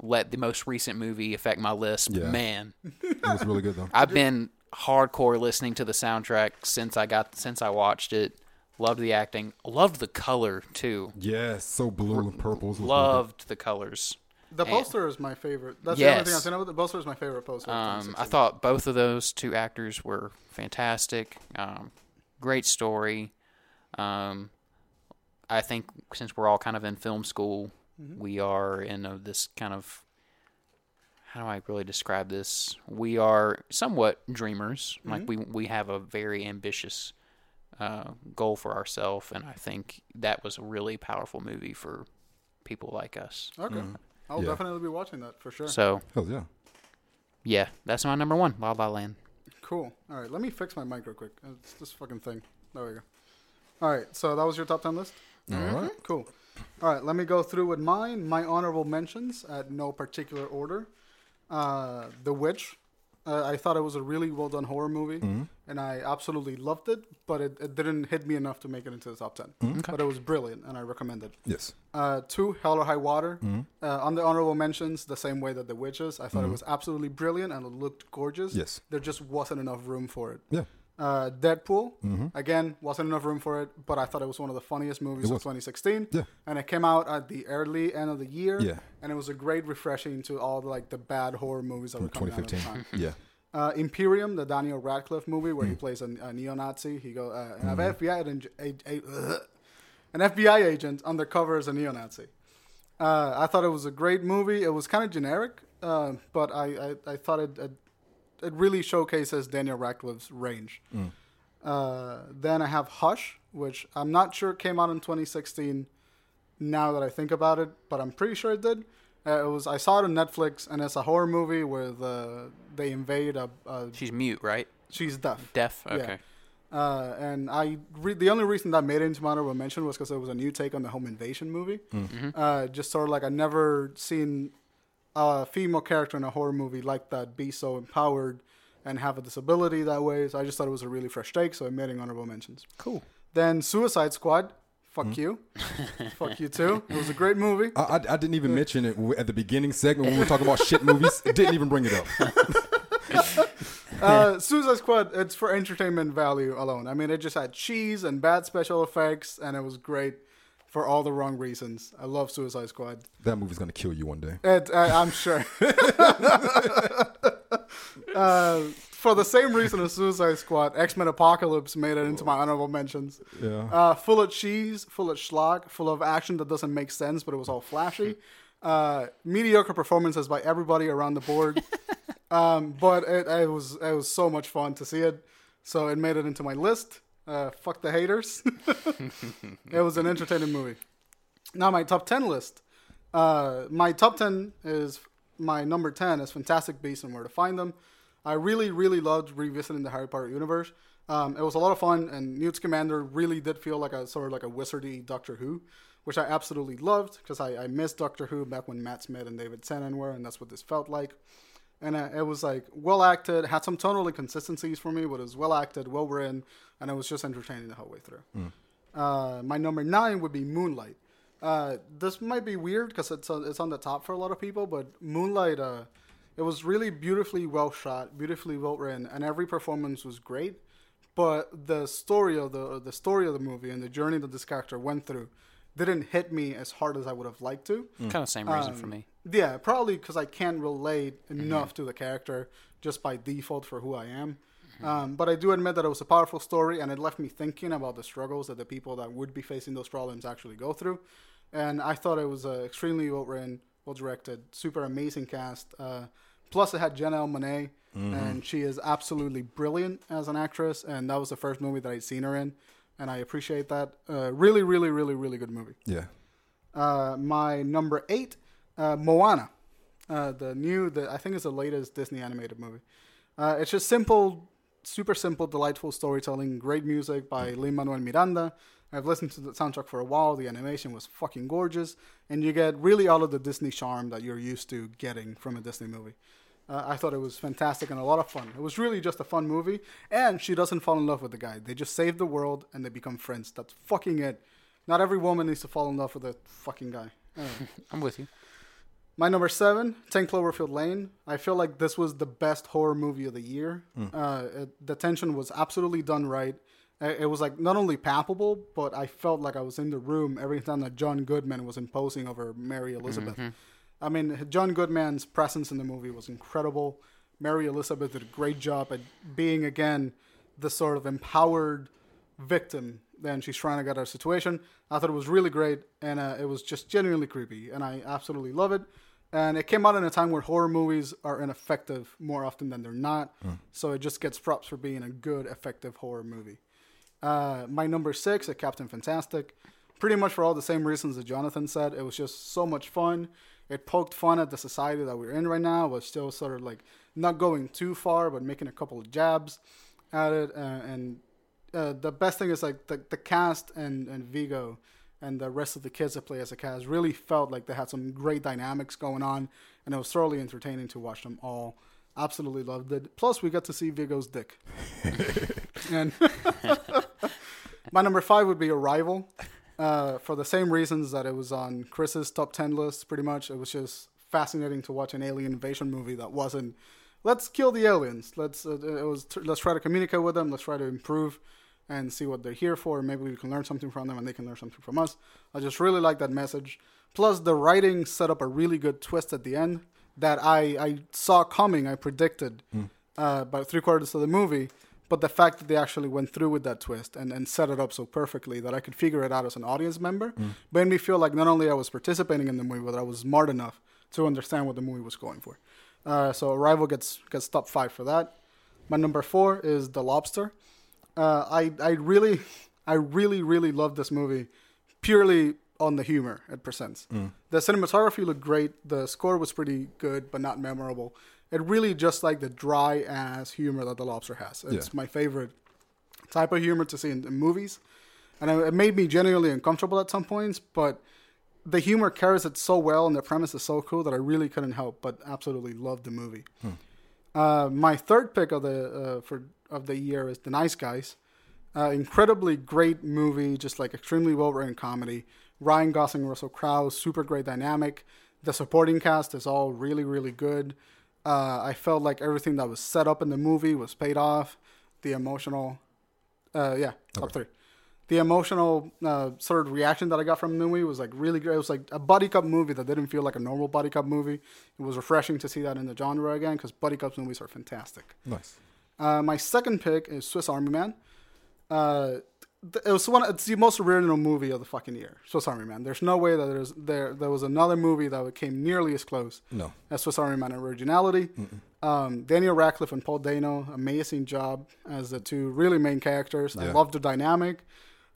let the most recent movie affect my list. But
Yeah.
Man,
It was really good though.
I've been hardcore listening to the soundtrack since I got since I watched it. Loved the acting. Loved the color too.
Yes, so blue and purples. was really
Loved the colors.
The
And-
poster is my favorite. That's the
Yes.
only thing I've seen. of it. The poster is my favorite poster. of
Um, I
2016.
thought both of those two actors were fantastic. Um, great story. Um, I think since we're all kind of in film school, we are in a, this kind of how do I really describe this? We are somewhat dreamers. Like we we have a very ambitious uh, goal for ourselves, and I think that was a really powerful movie for people like us.
Okay. I'll
Yeah.
definitely be watching that for sure.
So
good. Hell yeah.
yeah, that's my number one, La La Land.
Cool. All right, let me fix my mic real quick. Uh, It's this fucking thing. There we go. All right, so that was your top 10 list? Mm-hmm.
All right.
Cool. All right, let me go through with mine. My honorable mentions at no particular order. Uh, the Witch. Uh, I thought it was a really well done horror movie,
Mm-hmm.
and I absolutely loved it, but it, it didn't hit me enough to make it into the top 10.
Mm-hmm.
But it was brilliant, and I recommend it.
Yes.
Uh, two, Hell or High Water.
Mm-hmm.
Uh, on the honorable mentions, the same way that The Witch is. I thought it was absolutely brilliant and it looked gorgeous.
Yes.
There just wasn't enough room for it.
Yeah.
Uh, Deadpool,
Mm-hmm.
again, wasn't enough room for it, but I thought it was one of the funniest movies of
was.
2016.
Yeah.
And it came out at the early end of the year.
Yeah.
And it was a great refreshing to all the, like the bad horror movies that were coming out at the
2015.
time.
yeah.
Uh, Imperium, the Daniel Radcliffe movie where he
Mm-hmm.
plays a, a neo-Nazi. He go uh, an FBI agent, a, a, an FBI agent undercover as a neo-Nazi. Uh, I thought it was a great movie. It was kind of generic, uh, but I, I, I thought it, it it really showcases Daniel Radcliffe's range. Uh, then I have Hush, which I'm not sure came out in 2016. Now that I think about it, but I'm pretty sure it did. Uh, it was I saw it on Netflix, and it's a horror movie where the they invade a, a
She's mute, right?
she's deaf.
Deaf.
Yeah.
Okay.
Uh, and I re- the only reason that made it into my honorable mention was because it was a new take on the home invasion movie. Uh, just sort of like I never seen a female character in a horror movie like that be so empowered and have a disability that way. So I just thought it was a really fresh take, so I made it honorable mentions.
Cool.
Then Suicide Squad, fuck you, fuck you too. It was a great movie.
I, I, I didn't even mention it w- at the beginning segment when we were talking about shit movies. It didn't even bring it up.
uh, Suicide Squad, it's for entertainment value alone. I mean, it just had cheese and bad special effects, and it was great for all the wrong reasons. I love Suicide Squad.
That movie's gonna kill you one day.
It, I, I'm sure. uh, for the same reason as Suicide Squad, X Men Apocalypse made it into my honorable mentions.
Yeah.
Uh, full of cheese, full of schlock, full of action that doesn't make sense, but it was all flashy. Uh, mediocre performances by everybody around the board, um, but it, it was it was so much fun to see it. So it made it into my list. Uh, fuck the haters. it was an entertaining movie. Now my top ten list. Uh, my top ten is my number ten is Fantastic Beasts and Where to Find Them. I really, really loved revisiting the Harry Potter universe. Um, it was a lot of fun, and Newt Commander really did feel like a sort of like a wizardy Doctor Who, which I absolutely loved because I, I missed Doctor Who back when Matt Smith and David Tennant were, and that's what this felt like. And uh, it was like well acted, had some tonal inconsistencies for me, but it was well acted, well written, and it was just entertaining the whole way through. Uh, my number nine would be Moonlight. Uh, this might be weird because it's on, it's on the top for a lot of people, but Moonlight, uh, it was really beautifully well shot, beautifully well written, and every performance was great. But the story of the the story of the movie and the journey that this character went through didn't hit me as hard as I would have liked to.
Kind of same reason for
Um,
me.
Yeah, probably because I can't relate enough to the character just by default for who I am. Um, but I do admit that it was a powerful story, and it left me thinking about the struggles that the people that would be facing those problems actually go through. And I thought it was uh, extremely well written, well directed, super amazing cast. Uh, plus, it had Jenna Monet, and she is absolutely brilliant as an actress. And that was the first movie that I'd seen her in, and I appreciate that. Uh, really, really, really, really good movie
Yeah.
uh, my number eight, uh, Moana, uh, the new, the I think it's the latest Disney animated movie. Uh, it's just simple, super simple, delightful storytelling, great music by Lin Manuel Miranda. I've listened to the soundtrack for a while. The animation was fucking gorgeous, and you get really all of the Disney charm that you're used to getting from a Disney movie. Uh, I thought it was fantastic and a lot of fun. It was really just a fun movie, and she doesn't fall in love with the guy. They just save the world and they become friends. That's fucking it. Not every woman needs to fall in love with a fucking guy. Anyway.
I'm with you.
My number seven, 10 Cloverfield Lane. I feel like this was the best horror movie of the year. Uh, it- the tension was absolutely done right. I- It was like not only palpable, but I felt like I was in the room every time that John Goodman was imposing over Mary Elizabeth. I mean, John Goodman's presence in the movie was incredible. Mary Elizabeth did a great job at being, again, the sort of empowered victim then she's trying to get out of situation. I thought it was really great, and uh, it was just genuinely creepy, and I absolutely love it. And it came out in a time where horror movies are ineffective more often than they're not, so it just gets props for being a good, effective horror movie. Uh, my number six, a Captain Fantastic, pretty much for all the same reasons that Jonathan said. It was just so much fun. It poked fun at the society that we're in right now, was still sort of like not going too far, but making a couple of jabs at it. Uh, and uh, the best thing is like the, the cast and, and Vigo and the rest of the kids that play as a cast really felt like they had some great dynamics going on, and it was thoroughly entertaining to watch them all. Absolutely loved it. Plus, we got to see Vigo's dick. and my number five would be Arrival, uh, for the same reasons that it was on Chris's top ten list. Pretty much, it was just fascinating to watch an alien invasion movie that wasn't. Let's kill the aliens. Let's uh, it was let's try to communicate with them. Let's try to improve and see what they're here for. Maybe we can learn something from them, and they can learn something from us. I just really like that message. Plus, the writing set up a really good twist at the end that I I saw coming. I predicted uh, about three quarters of the movie. But the fact that they actually went through with that twist and, and set it up so perfectly that I could figure it out as an audience member made me feel like not only I was participating in the movie, but I was smart enough to understand what the movie was going for. Uh, so Arrival gets gets top five for that. My number four is The Lobster. Uh, I I really I really really love this movie purely on the humor it presents. The cinematography looked great. The score was pretty good, but not memorable. It really just like the dry ass humor that The Lobster has. It's
Yeah.
my favorite type of humor to see in, in movies, and it, it made me genuinely uncomfortable at some points. But the humor carries it so well, and the premise is so cool that I really couldn't help but absolutely love the movie. Uh, my third pick of the uh, for of the year is The Nice Guys. Uh, incredibly great movie, just like extremely well written comedy. Ryan Gosling, Russell Crowe, super great dynamic. The supporting cast is all really really good. Uh, I felt like everything that was set up in the movie was paid off. The emotional, uh, yeah, top three. The emotional uh, sort of reaction that I got from the movie was like really great. It was like a buddy cop movie that didn't feel like a normal buddy cop movie. It was refreshing to see that in the genre again because buddy cop movies are fantastic.
Nice.
Uh, my second pick is Swiss Army Man. Uh, th- it was one. It's the most original movie of the fucking year. Swiss Army Man. There's no way that there's there there was another movie that came nearly as close.
No.
as Swiss Army Man in originality. Um, Daniel Radcliffe and Paul Dano, amazing job as the two really main characters. I
Yeah.
love the dynamic,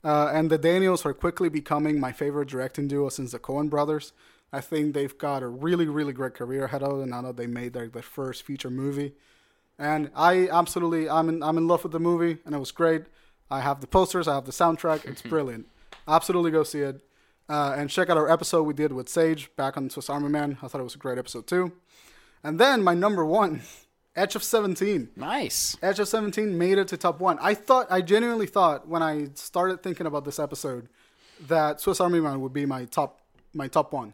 uh, and the Daniels are quickly becoming my favorite directing duo since the Coen Brothers. I think they've got a really really great career ahead of them now that they made their, their first feature movie. And I absolutely, I'm in, I'm in love with the movie, and it was great. I have the posters, I have the soundtrack. It's brilliant. Absolutely go see it. Uh, and check out our episode we did with Sage back on Swiss Army Man. I thought it was a great episode too. And then my number one, Edge of 17.
Nice.
Edge of 17 made it to top one. I thought, I genuinely thought when I started thinking about this episode that Swiss Army Man would be my top, my top one.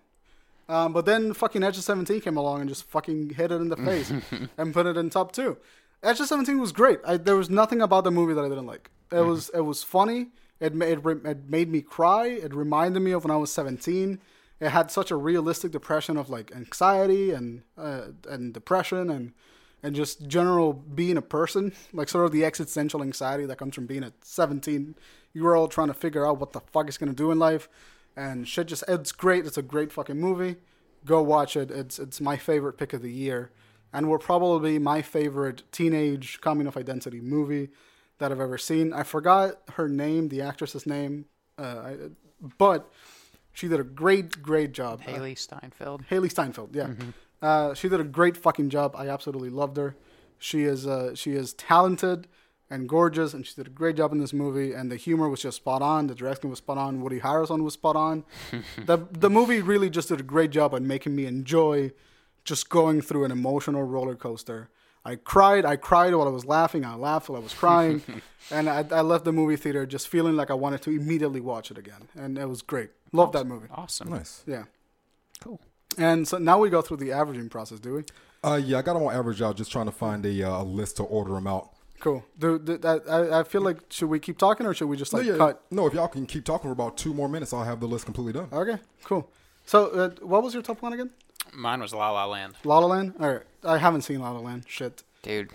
Um, but then fucking Edge of 17 came along and just fucking hit it in the face and put it in top two. Edge of 17 was great. I, there was nothing about the movie that I didn't like. It was it was funny. It made it, re- it made me cry. It reminded me of when I was 17. It had such a realistic depression of like anxiety and uh, and depression and and just general being a person, like sort of the existential anxiety that comes from being a 17 year old trying to figure out what the fuck is going to do in life. And shit just, it's great. It's a great fucking movie. Go watch it. It's, it's my favorite pick of the year. And will probably be my favorite teenage coming of identity movie that I've ever seen. I forgot her name, the actress's name, uh, I, but she did a great, great job.
Haley Steinfeld.
Haley Steinfeld. Yeah, uh, she did a great fucking job. I absolutely loved her. She is uh, she is talented. and gorgeous, and she did a great job in this movie. And the humor was just spot on. The directing was spot on. Woody Harrelson was spot on. the The movie really just did a great job at making me enjoy just going through an emotional roller coaster. I cried. I cried while I was laughing. I laughed while I was crying, and I, I left the movie theater just feeling like I wanted to immediately watch it again. And it was great. Loved that movie.
Awesome.
Nice.
Yeah.
Cool.
And so now we go through the averaging process, do we?
Uh, yeah, I got them on average out, just trying to find a uh, list to order them out.
Cool. Do, do, I, I feel like should we keep talking or should we just like
yeah,
cut?
No, if y'all can keep talking for about two more minutes, I'll have the list completely done.
Okay. Cool. So uh, what was your top one again?
Mine was La La Land.
La La Land. All right. I haven't seen La La Land. Shit.
Dude,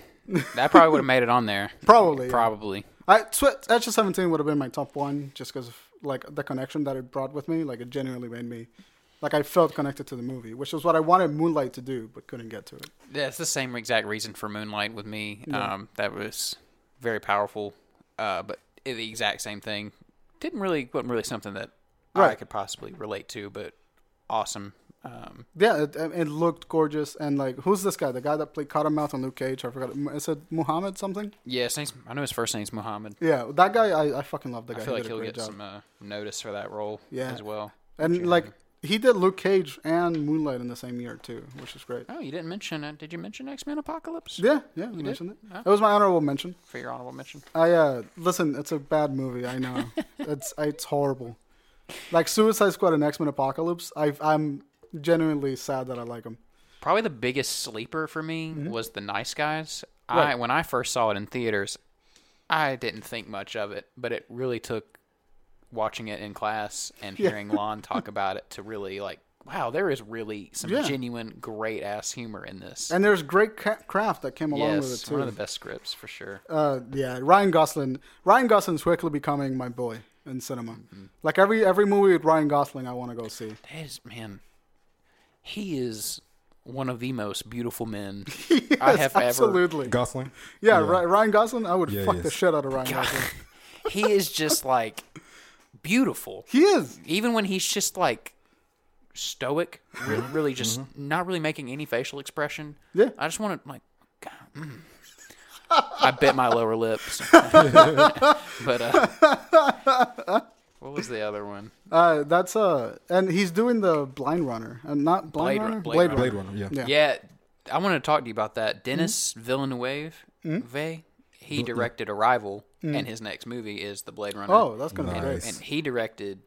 that probably would have made it on there.
Probably, yeah.
Probably.
I Sweat Edge of Seventeen would have been my top one just because of like the connection that it brought with me. Like it genuinely made me. Like I felt connected to the movie, which is what I wanted Moonlight to do, but couldn't get to it.
Yeah, it's the same exact reason for Moonlight with me. Um, that was very powerful, uh, but it- the exact same thing. Didn't really wasn't really something that I
Right.
could possibly relate to, but awesome. Um,
Yeah, it, it looked gorgeous, and like, who's this guy? The guy that played Cottonmouth on Luke Cage? I forgot. Is it Muhammad something?
yeah, his name's, I know his first name's Muhammad.
Yeah, that guy. I, I fucking love the guy.
I feel
he
like
did a
he'll
great
get
job.
some uh, notice for that role
Yeah.
as well.
And like he did Luke Cage and Moonlight in the same year too, which is great.
Oh, you didn't mention it. Did you mention X Men Apocalypse
Yeah, yeah, you mentioned it.
Oh.
It was my honorable mention.
for your honorable mention?
I uh listen, it's a bad movie. I know it's it's horrible. Like Suicide Squad and X Men Apocalypse, I I'm genuinely sad that I like them.
Probably the biggest sleeper for me was The Nice Guys. I
Mm-hmm. Right.
when I first saw it in theaters, I didn't think much of it, but it really took watching it in class and hearing Lon talk about it to really like, wow, there is really some
Yeah.
genuine great ass humor in this.
And there's great ca- craft that came along with it
yes,
too.
one of the best scripts for sure.
uh, yeah, Ryan Gosling. Ryan Gosling's quickly becoming my boy in cinema.
Mm-hmm.
Like every every movie with Ryan Gosling, I want to go see.
That is, man, he is one of the most beautiful men I have ever.
Absolutely.
Gosling.
yeah, Ry- Ryan Gosling. I would
Yeah,
fuck
yes.
the shit out of Ryan Gosling.
He is just like beautiful.
He is.
even when he's just like stoic, re- really just not really making any facial expression.
Mm-hmm. Yeah.
I just want to like, God, mm. I bit my lower lips. but uh, what was the other one?
Uh, that's uh, and he's doing the Blind Runner, and not Blind
Blade Run-
Runner,
Blade Runner.
Blade Runner. Yeah.
Yeah.
Yeah, I want to talk to you about
Mm-hmm.
that. Dennis Villeneuve, Ve, he directed Arrival, and his next movie is The Blade Runner.
Mm. Oh, that's gonna be
Nice.
great.
and he directed.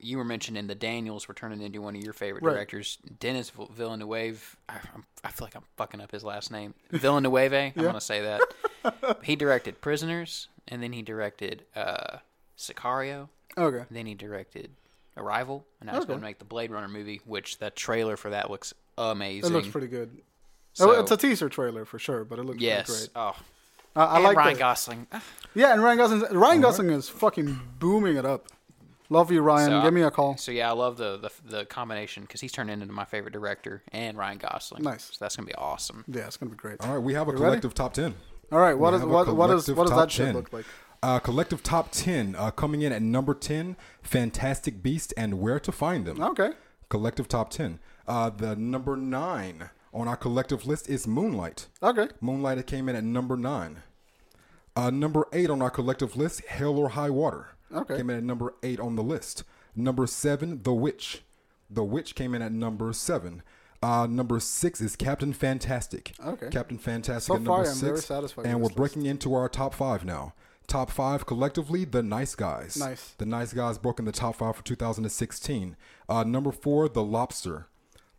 You were mentioning the Daniels returning into one of your favorite
Right.
directors, Dennis Vill- Villeneuve. I, I'm- I feel like I'm fucking up his last name, Villeneuve. I'm gonna say that. he directed Prisoners, and then he directed uh, Sicario.
Okay,
Then he directed Arrival, and now he's going to make the Blade Runner movie, which the trailer for that looks
it
amazing.
looks pretty good.
So-
oh, it's a teaser trailer for sure, but it looks pretty
yes.
great.
Oh,
Uh, I
and
like
Ryan
the-
Gosling. Ah.
Yeah, and Ryan Gosling. Ryan Gosling is fucking booming it up. Love you, Ryan.
So,
Give me a call.
So yeah, I love the the, the combination because he's turned into my favorite director and Ryan Gosling.
Nice.
So that's gonna be awesome.
Yeah, it's gonna be great.
All right, we have a
You ready?
collective top ten.
All right, what
We
is
have a
what what is
collective
what does
top
that shit
10.
look like?
Uh, collective top ten uh, coming in at number ten: Fantastic Beasts and Where to Find Them.
Okay,
Collective top ten. Uh, the number nine on our collective list is Moonlight.
okay.
Moonlight came in at number nine. Uh, number eight on our collective list, Hell or High Water.
Okay.
Came in at number eight on the list. Number seven, The Witch. The Witch came in at number seven. Uh, number six is Captain Fantastic.
Okay.
Captain Fantastic
So
at number
far, I'm
six.
very satisfied
and
with
we're
this
breaking into our top five now. Top five collectively, The Nice Guys.
Nice.
The Nice Guys broke in the top five for 2016. Uh, number four, The Lobster.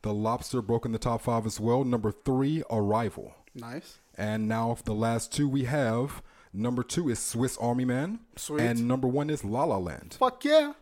The Lobster broke in the top five as well. Number three, Arrival.
Nice.
And now for the last two we have. Number two is Swiss Army Man.
Sweet.
And number one is La La Land.
Fuck yeah,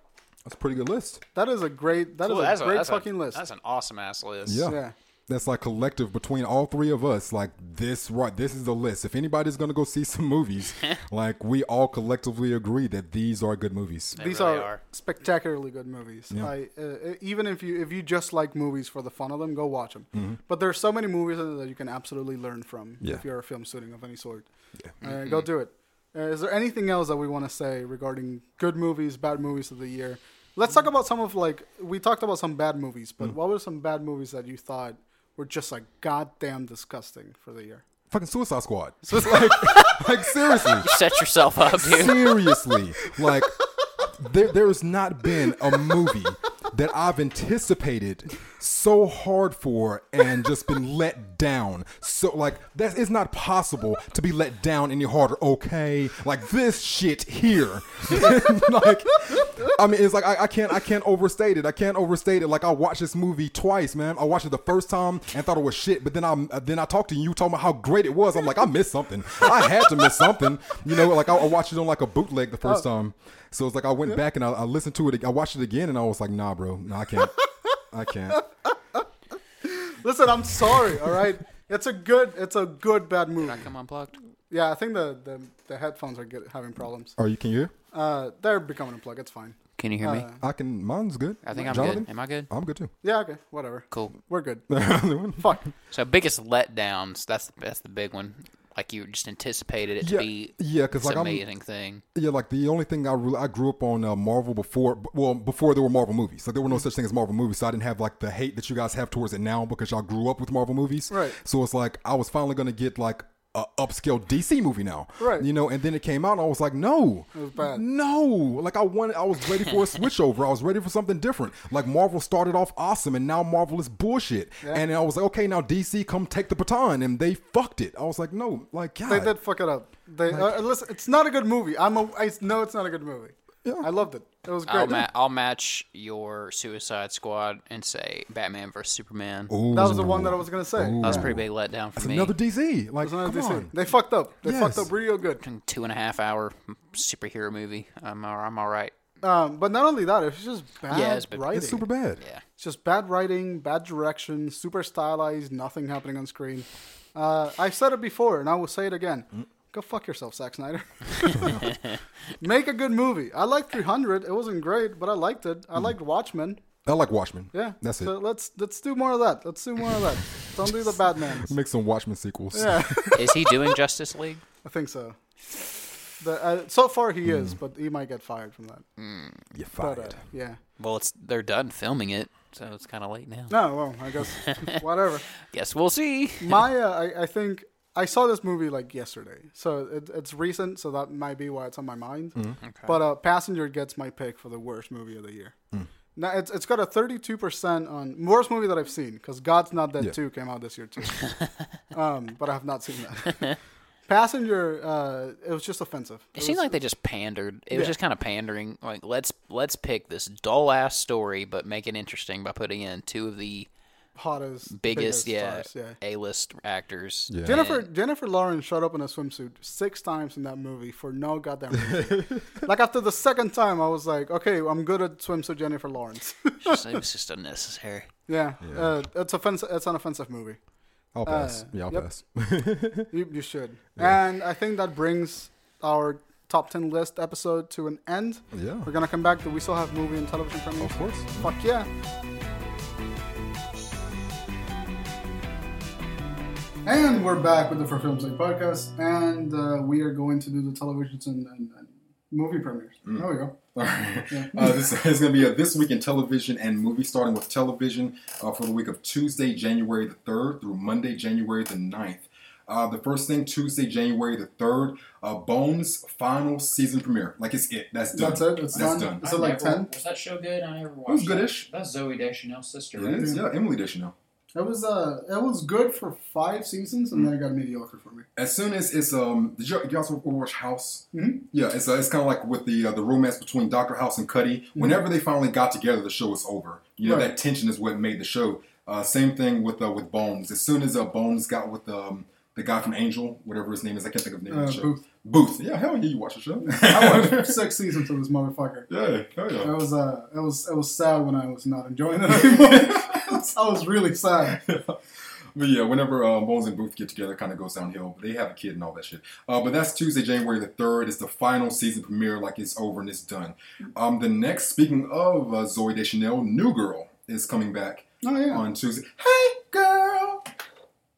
That's a pretty good list.
that is a great that is
Cool,
a great
that's
fucking list.
That's an awesome ass list.
Yeah.
Yeah.
That's like collective between all three of us. Like this, right? This is the list. If anybody's gonna go see some movies, like we all collectively agree that these are good movies.
These
really
are,
are.
spectacularly good movies. I, uh, uh, even if you if you just like movies for the fun of them, go watch them. But there's so many movies that you can absolutely learn from
Yeah.
if you're a film student of any sort. Uh, Go do it. Uh, is there anything else that we want to say regarding good movies, bad movies of the year? Let's talk about some of like we talked about some bad movies, but what were some bad movies that you thought were just like goddamn disgusting for the year?
fucking Suicide Squad. So it's like, like seriously,
Set yourself up, dude.
seriously, like there there has not been a movie that I've anticipated so hard for and just been let down. So like that is not possible to be let down any harder. Okay, like this shit here, like I mean, it's like I, I can't I can't overstate it. I can't overstate it. Like I watched this movie twice, man. I watched it the first time and thought it was shit, but then I then I talked to you talking about how great it was. I'm like I missed something. I had to miss something. You know, like I, I watched it on like a bootleg the first time. So it's like I went back and I, I listened to it. I watched it again and I was like, nah, bro, nah, I can't. I can't.
Listen, I'm sorry. All right, it's a good, it's a good bad movie.
Come unplugged.
Yeah, I think the the, the headphones are get, having problems.
Are you can you hear?
Uh, they're becoming unplugged. It's fine.
Can you hear
Uh,
me?
I can. Mine's good.
I think I'm
Jonathan?
good. Am I good?
I'm good too.
Yeah, okay, whatever.
Cool.
We're good.
Fuck.
So biggest letdowns. That's that's the big one. Like you just anticipated it to
Yeah,
be
yeah, 'cause,
this
like, I'm-
amazing thing.
Yeah, like the only thing I really, I grew up on uh, Marvel before, well, before there were Marvel movies. Like there were no such thing as Marvel movies, so I didn't have like the hate that you guys have towards it now because y'all grew up with Marvel movies.
Right.
So it's like I was finally gonna get like a upscale DC movie now.
Right.
You know, and then it came out, and I was like, no,
was bad.
no. Like I wanted, I was ready for a switchover. I was ready for something different. Like Marvel started off awesome, and now Marvel is bullshit. And I was like, okay, now DC come take the baton, and they fucked it. I was like, no, like God.
They did fuck it up. They uh, listen. It's not a good movie. I'm a. I know it's not a good movie. I loved it. It was
I'll,
great.
ma- I'll match your Suicide Squad and say Batman versus Superman. That
that was the one that I was gonna say.
was a pretty big letdown for me.
Another DC, like
It's not a
come
DC.
on.
They fucked up. They fucked
Yes.
up real good.
Two and a half hour superhero movie. I'm all, I'm all right.
Um, but not only that, it's just bad
Yeah, it's bad.
writing.
It's super bad.
Yeah.
It's just bad writing, bad direction, super stylized, nothing happening on screen. Uh, I've said it before, and I will say it again.
Mm.
Go fuck yourself, Zack Snyder. Make a good movie. I liked 300. It wasn't great, but I liked it. I liked Watchmen.
I like Watchmen.
Yeah,
Mm. that's
so
it.
Let's let's do more of that. Let's do more of that. Don't do the Batman's.
Make some Watchmen sequels.
Yeah,
Is he doing Justice League?
I think so. The, uh, so far he is, but he might get fired from that.
You're Mm.
But
fired.
uh, yeah,
Well, it's they're done filming it, so it's kind of late now.
no, well, I guess whatever.
Guess we'll see.
Maya, I, I think I saw this movie like yesterday, so it, it's recent, so that might be why it's on my mind. But uh, Passenger gets my pick for the worst movie of the year. Now it's it's got a thirty two percent on worst movie that I've seen because God's Not Dead
Yeah.
two came out this year too, um, but I have not seen that. Passenger, uh, it was just offensive.
It seemed like they just pandered. It was just kind of pandering. Like let's let's pick this dull ass story, but make it interesting by putting in two of the
hottest,
biggest, yeah,
stars, yeah.
A list actors.
Yeah.
Jennifer Jennifer Lawrence showed up in a swimsuit six times in that movie for no goddamn reason. like after the second time, I was like, okay, I'm good at swimsuit Jennifer Lawrence.
It's just- it was just unnecessary.
yeah, Uh, it's offensive. It's an offensive movie.
I'll pass. yeah, I'll
Uh, yep.
pass.
You, you should. And I think that brings our top ten list episode to an end.
Yeah.
we're gonna come back. Do we still have movie and television premieres?
of course.
Fuck yeah. And we're back with the For Films Like podcast, and uh, we are going to do the televisions and, and, and movie premieres.
Mm.
There we go.
Uh, this is going to be a This Week in Television and Movie, starting with television uh, for the week of Tuesday, January the 3rd through Monday, January the 9th. Uh, the first thing, Tuesday, January the 3rd, uh, Bones final season premiere. Like, it's it. That's done.
That's it? It's
That's
done?
done.
Is it like 10?
Was that show good? I never watched
was goodish.
That. That's Zoe Deschanel's sister,
It
right?
is, yeah, Emily Deschanel.
It was uh, it was good for five seasons, and then it got mediocre for me.
As soon as it's um, did you, you guys watch House?
Mhm.
Yeah, it's uh, it's kind of like with the uh, the romance between Doctor House and Cuddy. Whenever they finally got together, the show was over. You know
Mm-hmm. Right.
that tension is what made the show. Uh, same thing with uh, with Bones. As soon as uh, Bones got with um, the guy from Angel, whatever his name is, I can't think of the name of
Uh,
the show.
Booth.
Booth. Yeah, hell yeah, you watch the show.
I watched six seasons of this motherfucker.
yeah, hell
It
yeah.
was uh, it was it was sad when I was not enjoying it anymore. I was- I was really sad.
But yeah, whenever uh, Bones and Booth get together, it kind of goes downhill. But they have a kid and all that shit. Uh, but that's Tuesday, January the third. It's the final season premiere. Like it's over and it's done. Um, the next, speaking of uh, Zoe Deschanel, New Girl is coming back
Oh yeah.
on Tuesday. Hey, girl,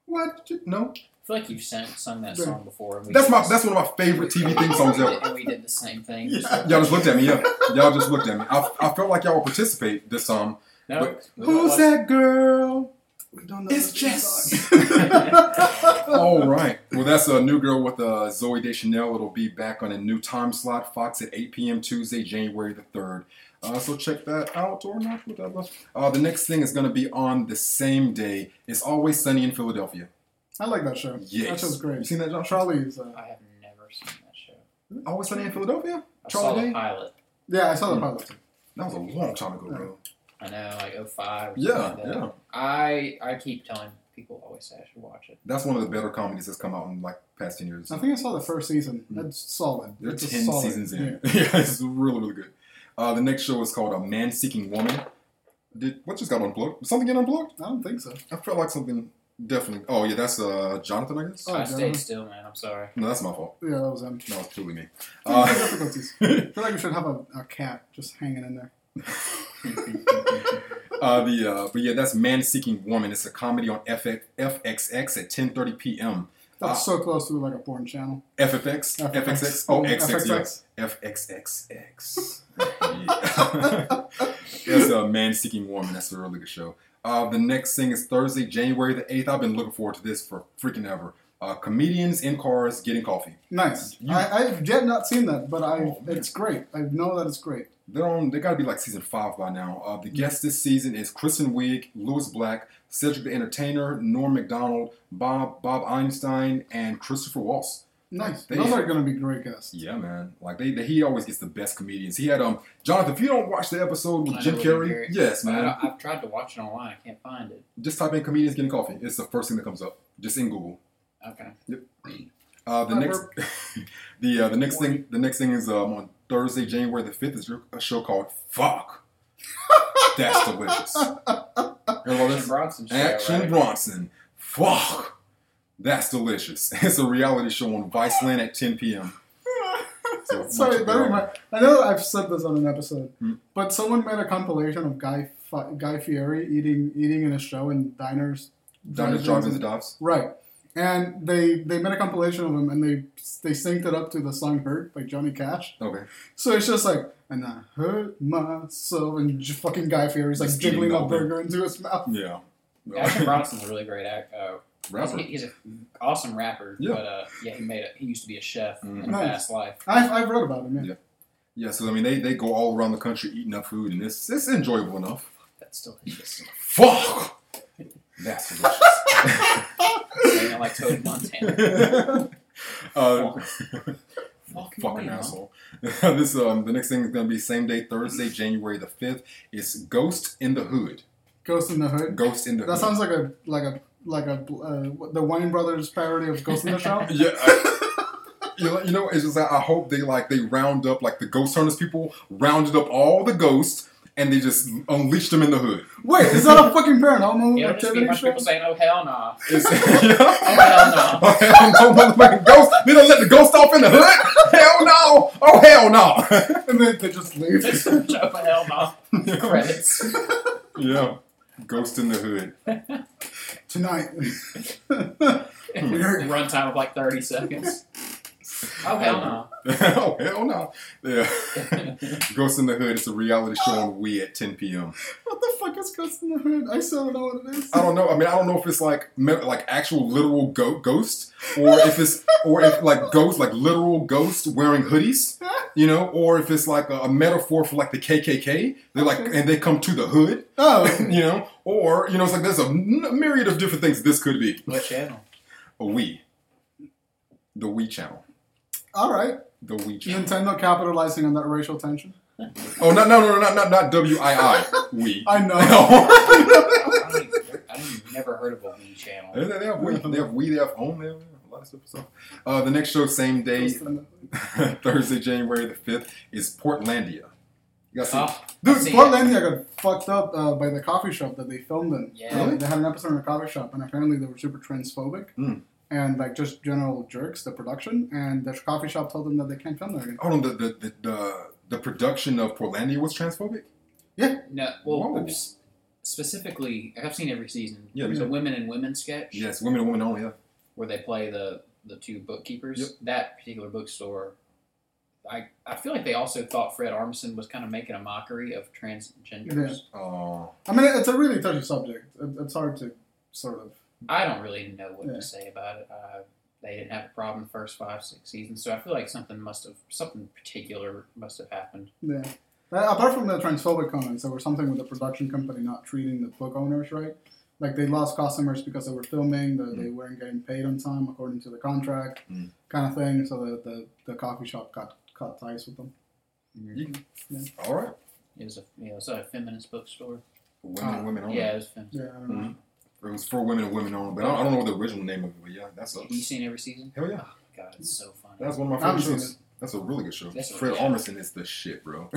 what? You, no,
I feel like you've sang, sung that song before. And we
that's
did
my
the-
that's one of my favorite TV theme songs ever.
And we did the same thing.
Y'all just looked at me. Yeah, y'all just um, looked at me. I, I felt like y'all would participate this time.
No,
Who's that girl?
We don't know.
It's
this song.
Jess. All right. Well, that's a new girl with uh, Zoe Deschanel. It'll be back on a new time slot, Fox at 8 p.m. Tuesday, January the 3rd. Uh, so check that out or not, whatever. Uh, the next thing is going to be on the same day. It's always sunny in Philadelphia.
I like that show.
Yes.
That show's
You
great.
seen that, John? Charlie?
Charlie's. Uh,
I have never seen that show.
Always sunny in Philadelphia?
I saw
Charlie
the
Day?
pilot.
yeah, I saw the pilot.
That was a long time ago, bro.
I know, like 05 or
Yeah,
something like that.
yeah.
I, I keep telling people always say I should watch it.
That's one of the better comedies that's come out in like past 10 years.
I think I saw the first season. That's solid.
Hmm. They're
It's a
ten
solid-
seasons
yeah.
in. Yeah. it's really really good. Uh, the next show is called A Man Seeking Woman. Did what just got unplugged? Did something get unplugged?
I don't think so.
I felt like something definitely. Oh yeah, that's uh, Jonathan, I guess.
Oh,
I
God.
stayed still, man. I'm sorry.
No, that's my fault.
Yeah, that was him.
That was truly me.
Technical
Uh,
difficulties. I feel like we should have a, a cat just hanging in there.
uh, the uh, but yeah, that's Man Seeking Woman. It's a comedy on FX, FXX at 10:30 p.m.
That's
Ah.
so close to like a porn channel.
FFX,
FX.
FXX, oh XX, yeah.
FXX.
FXXX. That's a man seeking woman. That's a really good show. Uh, the next thing is Thursday, January the 8th. I've been looking forward to this for freaking ever. Uh, comedians in cars getting coffee.
Nice.
You-
I, I've yet not seen that, but I
Oh, man.
it's great. I know that it's great.
They're on. They got to be like season five by now. Uh, the guests this season is Kristen Wiig, Louis Black, Cedric the Entertainer, Norm Macdonald, Bob Bob Einstein, and Christopher Waltz.
Nice.
They-
Those are going to be great guests.
Yeah, man. Like they, they, he always gets the best comedians. He had um Jonathan. If you don't watch the episode with
I
Jim
know
Carrey, yes,
But I
man.
don't- I've tried to watch it online. I can't find it.
Just type in comedians getting coffee. It's the first thing that comes up. Just in Google.
Okay.
Uh, the
That
next, the uh, the next thing, the next thing is um, on Thursday, January the fifth, is a show called "Fuck." That's delicious.
Action Bronson show.
Action
right?
Bronson. Fuck. That's delicious. It's a reality show on Viceland at 10 p.m. So
Sorry,
much
that
better.
remind, I know I've said this on an episode,
Hmm.
but someone made a compilation of Guy Fi- Guy Fieri eating eating in a show in diners.
Diners, Drive-Ins, and Dives.
Right. And they they made a compilation of him and they they synced it up to the song Hurt by Johnny Cash.
Okay.
So it's just like, and I hurt myself and j- fucking Guy Fieri's like
Just eating
jiggling a
all day.
burger into his mouth.
Yeah.
Action Bronson's a really great act. Uh, he's,
Rapper.
he's an awesome rapper.
Yeah.
But uh, yeah, he made a, He used to be a chef
Mhm.
in a
Nice.
past life.
I've, I've read about him, yeah.
Yeah. Yeah, so I mean, they, they go all around the country eating up food, and it's, it's enjoyable enough.
That's delicious.
Fuck! That's delicious.
Saying it like Toad Montana.
uh,
Fucking,
fucking
weird, huh?
asshole. this um, the next thing is gonna be same day Thursday, January the fifth. It's Ghost in the Hood.
Ghost in the Hood.
Ghost in the
That
Hood.
sounds like a like a like a uh, what- the Wayne Brothers parody of Ghost in the Shell.
yeah. I- you know- you know, it's just like I hope they like they round up like the ghost hunters people rounded up all the ghosts and they just unleashed them in the hood.
Wait, is that a fucking paranormal
It'll just be a
activity
bunch of
show?
people saying, "Oh hell nah,
It's,
oh
yeah.
hell
Oh hell no, motherfucking ghost! They don't let the ghost off in the hood. Hell no! Oh hell no!
And then they just leave.
no." Just shove a hell nah. Credits.
yeah, ghost in the hood.
Tonight.
Runtime of like 30 seconds. Oh hell nah.
oh hell no! Yeah, Ghost in the Hood. It's a reality show on Wii at 10 p.m.
what the fuck is Ghost in the Hood? I still don't know what it is.
I don't know. I mean, I don't know if it's like me- like actual literal go- ghost, or if it's or if like ghost like literal ghosts wearing hoodies, you know, or if it's like a, a metaphor for like the KKK. They're like
Okay.
and they come to the hood,
Oh,
you know, or you know, it's like there's a n- myriad of different things this could be.
What channel?
A Wii, the Wii channel,
all right.
the Wii channel.
Nintendo capitalizing on that racial tension.
Oh no no no no not not not W I I Wii.
I know.
No.
I don't even- I've never heard of a Wii channel.
They, they have weed. They have weed. They have own. They have a lot of stuff. So, uh, the next show, same day,
Ghost in the Hood.
Thursday, January the fifth, is Portlandia. You guys see?
Oh,
Dude,
I've seen
Portlandia got fucked up uh, by the coffee shop that they filmed in.
Yeah.
Really? They had an episode in a coffee shop, and apparently they were super transphobic
Mm.
and like just general jerks. The production and the coffee shop told them that they can't film there again.
Hold on. The the, the the the production of Portlandia was transphobic.
it. No, well,
Whoa.
s- specifically, I've seen every season.
Yeah, me
the
too.
women and women sketch
Yes, women and women only. Yeah.
where they play the the two bookkeepers.
Yep.
That particular bookstore, I I feel like they also thought Fred Armisen was kind of making a mockery of transgenders.
Oh,
I mean, it's a really touchy subject. It, it's hard to
sort of. I don't really know what to say about it. Uh, they didn't have a problem the first five, six seasons, so I feel like something must have, something particular must have happened.
Yeah. Uh, apart from the transphobic comments, there was something with the production company not treating the book owners right. Like they lost customers because they were filming, that they weren't getting paid on time according to the contract,
Mm.
kind of thing. So the, the, the coffee shop got cut ties with them.
All right.
It was a, you know, it was a feminist bookstore.
Women,
Uh,
women only.
Yeah, it was feminist.
Yeah, I don't know.
Mhm. It was for women and women only, but I don't, I don't know what the original name of it. But yeah, that's a
You seen every season?
hell yeah.
God, it's so funny.
That's one of
I
my
haven't
favorite
seen
shows. That's a really good show.
That's a-
Fred Armisen is the shit, bro.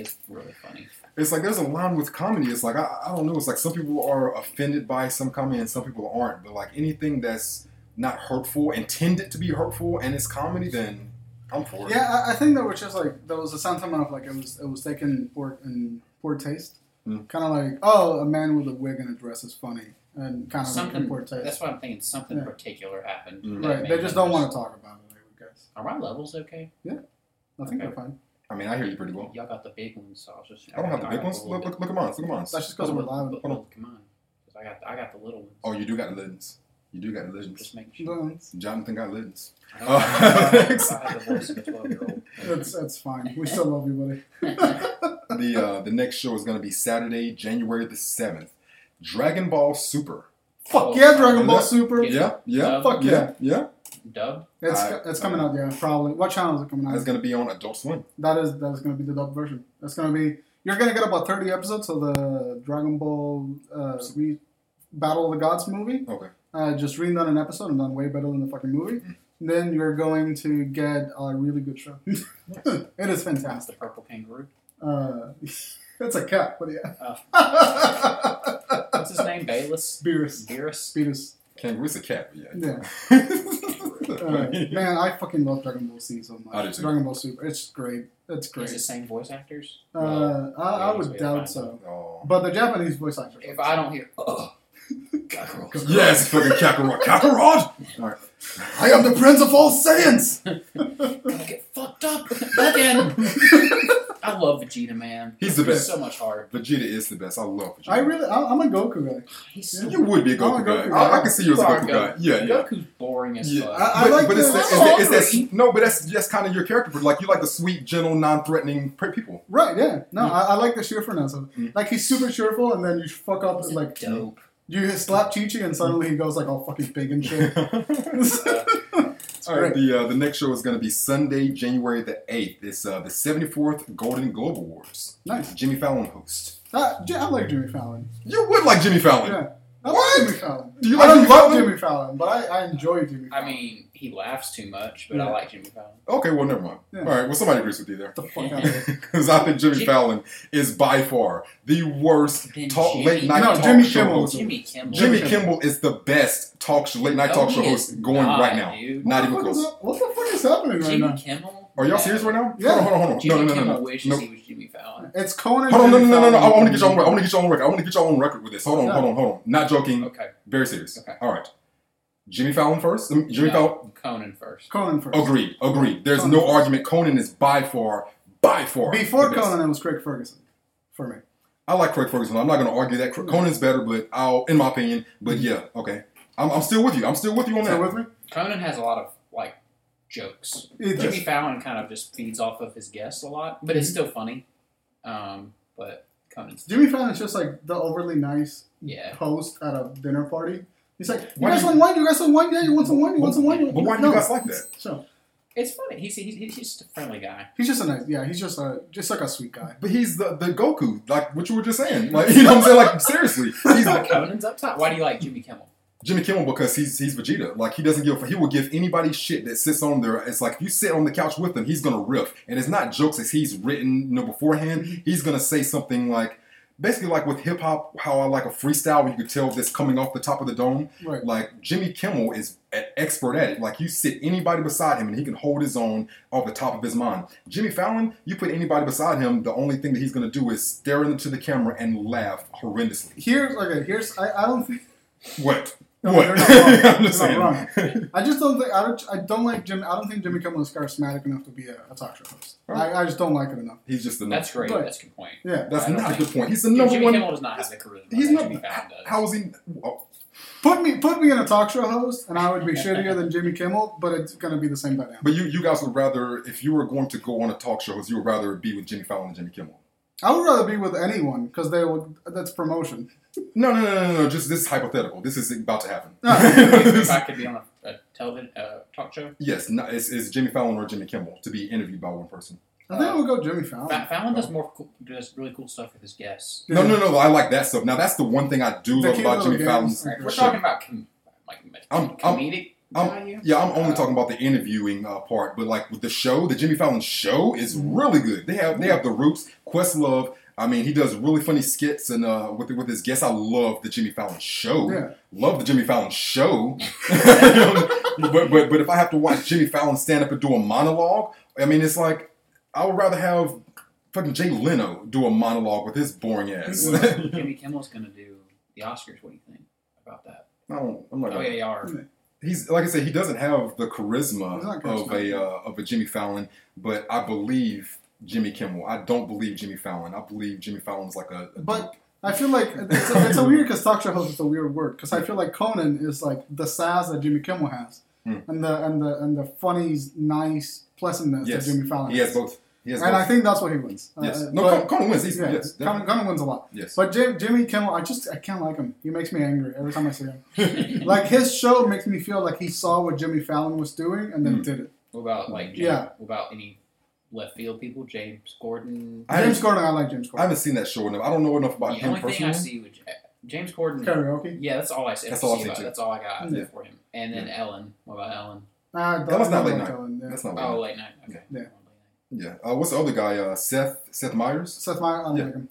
It's really funny.
it's like there's a line with comedy. It's like I, I don't know. It's like some people are offended by some comedy and some people aren't. But like anything that's not hurtful, intended to be hurtful, and it's comedy, then I'm for it.
Yeah, I, I think there was just like there was a sentiment of like it was it was taken poor in poor taste,
Mm.
kind of like oh a man with a wig and a dress is funny and kind of like in
Something.
poor taste.
That's why I'm thinking something
Yeah.
particular happened.
Mm.
that
right,
made
they just
them
don't want to talk about it. I would guess.
Are my levels okay?
I think
Okay.
they're fine.
I mean, I hear you pretty well.
Y'all got the big ones, so I was just.
I don't have the
got
big ones.
little
Look,
bit-
look, look at mine. Look at mine.
That's just because we're live.
But- but Come on, 'cause I got I got the little ones.
Oh, you do got the legends. You do got the legends.
Just making sure.
No,
Jonathan got legends.
I don't
Oh.
have- I have the voice of a twelve year old.
It's it's fine. We still love you, buddy.
the uh, the next show is going to be Saturday, January the seventh. Dragon Ball Super.
Fuck yeah, Dragon Ball
Yeah.
Super.
Yeah.
Yeah, yeah,
Dub.
Fuck
yeah, yeah.
Dub.
It's
I-
it's coming out. Yeah, probably. What channel is it coming out?
That's going to be on Adult Swim.
That is that is going to be the dub version. That's going to be you're going to get about thirty episodes of the Dragon Ball uh, re- Battle of the Gods movie.
Okay.
Uh, just reading on an episode and done way better than the fucking movie. Then you're going to get a really good show. it is
That's the
fantastic.
purple kangaroo.
Uh, it's a cat, but
Oh.
yeah.
What's his name? Bayless.
Beerus.
Beerus.
Beerus.
Kangaroo's a cat, but yeah.
Yeah. Uh, man, I fucking love Dragon Ball Z so much.
I do too.
Dragon Ball Super. It's great. It's
Is it the
great.
same voice actors?
Uh, I, I
Yeah,
would
it's fine.
doubt so.
Oh.
But the Japanese voice actors.
if I don't hear, oh, cockroach.
Yes, fucking Kakarot. Kakarot! Alright. I am the prince of all Saiyans!
gonna get fucked up again. I love Vegeta, man.
He's the best.
so much harder.
Vegeta is the best. I love Vegeta.
I really, I, I'm a Goku guy.
He's so
You would be a Goku
I'm a
guy.
Goku
I,
guy.
I can see you as a
You are
Goku
a
guy.
Goku.
Yeah, yeah.
Goku's boring as
Yeah.
fuck.
I- I
but,
like
but it's,
the-
that, it's,
I'm
that, it's that
hungry.
s- no, but that's that's kind of your character. But like you like the sweet, gentle, non-threatening pr- people.
Right? Yeah. No, I, I like the cheerfulness of.
Mm.
Like he's super cheerful, and then you fuck up,
He's
like
dope.
you slap Chi Chi, and suddenly he goes like all fucking big and shit.
All right, the uh, the next show is going to be Sunday, January the eighth. It's uh, the seventy fourth Golden Globe Awards.
Nice.
Jimmy Fallon host.
Uh, J- I like Jimmy Fallon.
You would like Jimmy Fallon.
Yeah. I
What?
like Jimmy Fallon.
Do you
I
like
don't
Jimmy
love
Fallon?
Jimmy Fallon, but I, I enjoy Jimmy.
I
Fallon.
mean, he laughs too much, but I
Yeah.
like Jimmy Fallon.
Okay, well, never mind.
Yeah.
All right, well, somebody agrees with you there.
the fuck out of here.
Because I think Jimmy
Jim-
Fallon is by far the worst
Then
talk
Jimmy-
late night
No,
talk
Jimmy
show
Kimmel.
host.
Jimmy Kimmel.
Oh, Jimmy
Jimmy
Kimmel is the best talk sh- late night
No,
talk show
Oh, he is
host going
not,
right now.
dude.
Not
What
even
the fuck is
close.
up- What the fuck is happening right
Jimmy
now?
Kimmel.
Are y'all
No.
serious right now?
Yeah.
Hold on, hold on, hold on.
Jimmy
No, no, no,
Kimmel
no, no.
wishes
no.
he was Jimmy Fallon.
It's Conan.
Hold on, no, no,
Jimmy
no, no, no. I
Fallon.
want to get y'all on record. I want to get y'all on record. I want to get y'all on record with this. Hold on,
Yeah.
hold on, hold on. Not joking.
Okay,
Very serious.
Okay.
All right. Jimmy Fallon first. Um, Jimmy
No.
Fallon.
Conan first.
Conan first.
Agreed. Agreed. There's
Conan
no
first.
argument. Conan is by far, by far.
Before
the best.
Conan, it was Craig Ferguson for me.
I like Craig Ferguson. I'm not going to argue that. Cra- Conan's better, but I'll, in my opinion, but yeah, okay. I'm, I'm still with you. I'm still with you on that.
Still with me?
Conan has a lot of like jokes.
It
Jimmy
does.
Fallon kind of just feeds off of his guests a lot, but
Mhm.
it's still funny. Um, but Conan's
Jimmy Fallon is just like the overly nice
yeah.
host at a dinner party. He's like, you
Why
guys
do
want wine? You guys want wine? Yeah, you want some wine? You want some wine?
But why do you guys like that?
So
It's funny. He's, he's he's just a friendly guy.
he's just a nice, yeah, he's just a just like a sweet guy.
But he's the, the Goku, like what you were just saying. Like you know what I'm saying? Like seriously, he's
Conan's up top. Why do you like Jimmy Kimmel?
Jimmy Kimmel because he's he's Vegeta. Like he doesn't give. He will give anybody shit that sits on there. It's like if you sit on the couch with him, he's gonna riff, and it's not jokes. It's he's written, you know, beforehand. He's gonna say something like. Basically, like with hip hop, how I like a freestyle when you could tell this coming off the top of the dome.
Right.
Like Jimmy Kimmel is an expert at it. Like you sit anybody beside him and he can hold his own off the top of his mind. Jimmy Fallon, you put anybody beside him, the only thing that he's gonna do is stare into the camera and laugh horrendously.
Here's okay. Here's I, I don't think
What?
No,
what?
you're not wrong.
I'm just
You're
saying.
not I just don't think I don't I don't like Jim. I don't think Jimmy Kimmel is charismatic enough to be a, a talk show host. I, I just don't like it enough.
He's just the
That's great.
Right.
That's a good point.
Yeah.
That's
I don't
not a
think-
good point. He's the
Dude,
number
Jimmy
one.
Kimmel does not have the charisma.
he's
that
not.
Jimmy Fallon does.
How is he? Oh,
Put me put me in a talk show host, and I would be shittier than Jimmy Kimmel, but it's gonna be the same dynamic.
But you, you guys would rather, if you were going to go on a talk show, you would rather be with Jimmy Fallon than Jimmy Kimmel.
I would rather be with anyone because they would. That's promotion.
No, no, no, no, no, no. Just this is hypothetical. This is about to happen.
if I could be on a, a television uh, talk show.
yes, no, it's, it's Jimmy Fallon or Jimmy Kimmel to be interviewed by one person.
I think I would go Jimmy Fallon.
Fa- Fallon does more cool, does really cool stuff with his guests.
No, no, no. I like that stuff. Now that's the one thing I do
The
love
cute
about
little
Jimmy
games.
Fallon's.
All right, we're
shit.
talking about com- like
I'm-
com-
I'm-
comedic
I'm-
value.
Yeah, I'm only
Uh,
talking about the interviewing uh, part, but like with the show, the Jimmy Fallon show is really good. They have they have the roots. Questlove, I mean, he does really funny skits and uh, with with his guests. I love the Jimmy Fallon show.
Yeah.
Love the Jimmy Fallon show. but, but but if I have to watch Jimmy Fallon stand up and do a monologue, I mean, it's like I would rather have fucking Jay Leno do a monologue with his boring ass.
Well,
I
Jimmy Kimmel's going to do the Oscars. What do you think about that?
don't, I'm not.
Oh yeah, you are.
he's like I said, he doesn't have the
He's
charisma
not
of
charismatic.
a uh, of a Jimmy Fallon, but I believe Jimmy Kimmel. I don't believe Jimmy Fallon. I believe Jimmy Fallon's like a, a
But I feel like it's a, it's a weird because talk show host is a weird word because I feel like Conan is like the sass that Jimmy Kimmel has,
Hmm.
and the and the and the funny, nice pleasantness
yes,
that Jimmy Fallon
he has both. He has
And
both.
I think that's what he wins.
yes,
Uh,
no,
but-
Con- Conan wins. He's,
yeah,
yes,
Conan,
definitely.
Conan wins a lot.
yes.
But Jim, Jimmy Kimmel, I just I can't like him. He makes me angry every time I see him. like his show makes me feel like he saw what Jimmy Fallon was doing and then
Hmm.
did it.
What about like James,
Yeah.
What about any left field people? James Gordon.
I
James
haven't-
Gordon, I like James
I
Gordon.
haven't seen that show enough. I don't know enough about
the
him
only thing I
personally.
see with Ja- James Gordon.
Karaoke.
Yeah, that's all I see.
That's
That's
all I
all,
see, too.
that's all I got
Yeah.
for him. And then Ellen. What about Ellen?
Ah,
That was
I
not
like
late night.
Conan, yeah.
That's not.
Oh,
Oh,
late night. Okay.
Yeah.
yeah. Uh, what's the other guy? Uh, Seth Seth Meyers.
Seth Meyers, I don't
Yeah.
like him.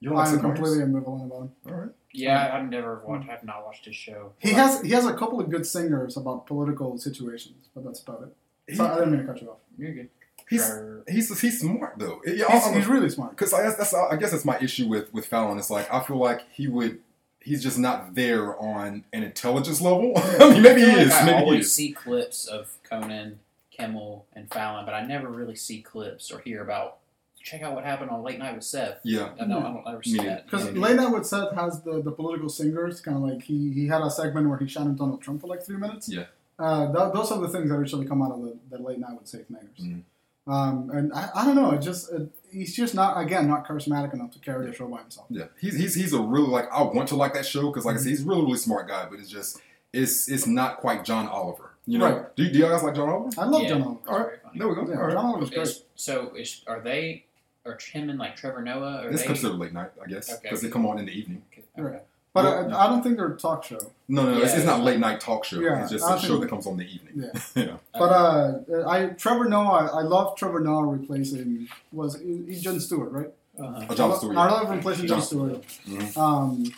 You don't like
I'm
Seth
completely
Meyers?
ambivalent about him.
All right.
Yeah, I've never watched. I've not watched his show.
He
Well,
has he has a couple of good singers about political situations, but that's about it. So I didn't mean to cut you off.
You're good.
He's
Sure.
he's he's smart though. Yeah, I-
He's,
I'm-
he's really smart.
because I guess that's I guess that's my issue with with Fallon. It's like I feel like he would he's just not there on an intelligence level. I mean, maybe he
I feel
is.
like I
Maybe he
always
is.
see clips of Conan, Kimmel, and Fallon, but I never really see clips or hear about. Check out what happened on Late Night with Seth.
Yeah,
I don't, I don't ever see
Me
that.
Because
Yeah.
Late Night with Seth has the, the political singers, kind of like he, he had a segment where he shouted Donald Trump for like three minutes.
Yeah.
Uh, th- those are the things that originally come out of the, the Late Night with Seth Meyers.
Mhm.
Um, and I, I don't know, it just it, he's just not, again, not charismatic enough to carry the show by himself.
yeah. He's he's he's a really like I want to like that show because like I said, he's a really really smart guy. But it's just it's it's not quite John Oliver. You know?
Right.
Do, do you guys like John Oliver?
I love
Yeah.
John Oliver.
All right.
Very funny.
There we go.
Yeah,
All right.
John Oliver's great.
Is- so is are they are him and like Trevor Noah? Are
It's
they?
considered late night, I guess,
Okay.
because they come on in the evening.
Okay.
But
Yeah.
I, I don't think they're a talk show.
No, no, no it's,
Yeah.
it's not late night talk show.
Yeah,
it's just
I
a show
think-
that comes on in the evening.
Yeah.
yeah.
But
Uh-huh.
uh, I Trevor Noah, I love Trevor Noah replacing, was he's Jon Stewart, right?
Uh-huh.
Oh, John
I lo-
Stewart.
I love replacing Jon
Jon
Stewart.
Mhm.
Um,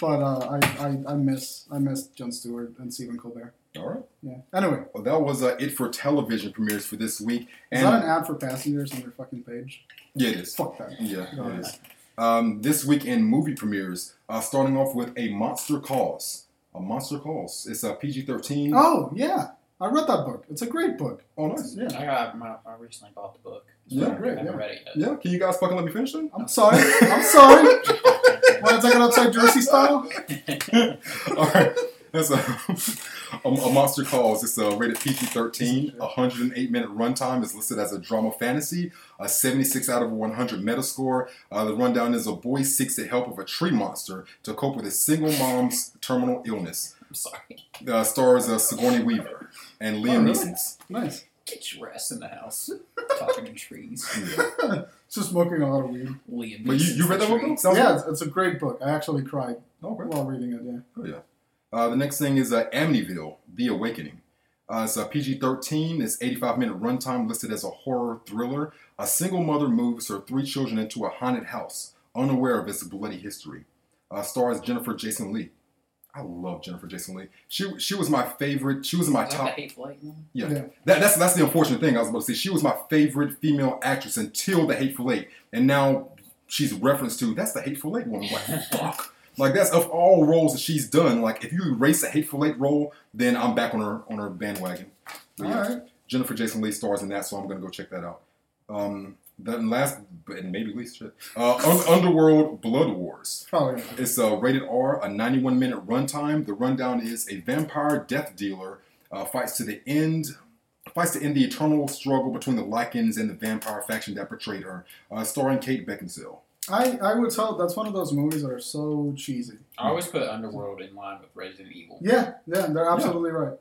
but uh, I, I, I miss I miss Jon Stewart and Stephen Colbert.
All right.
Yeah. Anyway,
Well, that was uh, it for television premieres for this week.
is
And
that an ad for passengers on your fucking page?
yeah, it is.
Fuck that.
Yeah,
Go
it
ahead.
is. Um, this week in movie premieres, uh, starting off with a Monster Calls. A Monster Calls. It's a PG thirteen.
Oh yeah, I read that book. It's a great book.
oh, nice.
Yeah.
I got my, I recently bought the book.
Yeah,
great,
I haven't
yeah.
read it
Yeah. Can you guys fucking let me finish then?
I'm sorry. I'm sorry.
yet.
Want to take it outside Jersey style?
All right. That's a, a, a Monster Calls. It's a rated PG 13. 108 minute runtime is listed as a drama fantasy. A 76 out of 100 Metascore. Uh, the rundown is a boy seeks the help of a tree monster to cope with his single mom's terminal illness.
I'm sorry.
Uh, stars uh, Sigourney Weaver and Liam
really?
Neeson.
Nice.
Get your ass in the house. Talking to trees.
It's just smoking a lot of weed.
Liam.
But you,
Neeson's
you read
the
that book?
tree.
though? Sounds
yeah, it's, it's a great book. I actually cried
good. Okay.
while reading it. Yeah.
Oh, yeah. Uh, the next thing is uh, Amityville: The Awakening. Uh, it's a PG-13. It's 85-minute runtime, listed as a horror thriller. A single mother moves her three children into a haunted house, unaware of its bloody history. Uh, stars Jennifer Jason Lee. I love Jennifer Jason Lee. She she was my favorite. She was in my
Is that the
top.
Hateful Eight one?
Yeah.
Yeah.
That, that's that's the unfortunate thing I was about to say. She was my favorite female actress until The Hateful Eight, and now she's referenced to. That's the Hateful Eight woman. Like fuck. Like that's of all roles that she's done. Like if you erase the Hateful Eight role, then I'm back on her on her bandwagon. But
All right.
Jennifer Jason Lee stars in that, so I'm gonna go check that out. Um, That and last, and maybe least, shit. Uh, Un- Underworld Blood Wars.
Probably.
It's uh, rated R, a 91 minute runtime. The rundown is a vampire death dealer uh, fights to the end. Fights to end the eternal struggle between the Lycans and the vampire faction that betrayed her, uh, starring Kate Beckinsale.
I, I would tell that's one of those movies that are so cheesy.
I always put Underworld in line with Resident Evil.
Yeah, yeah, they're absolutely right.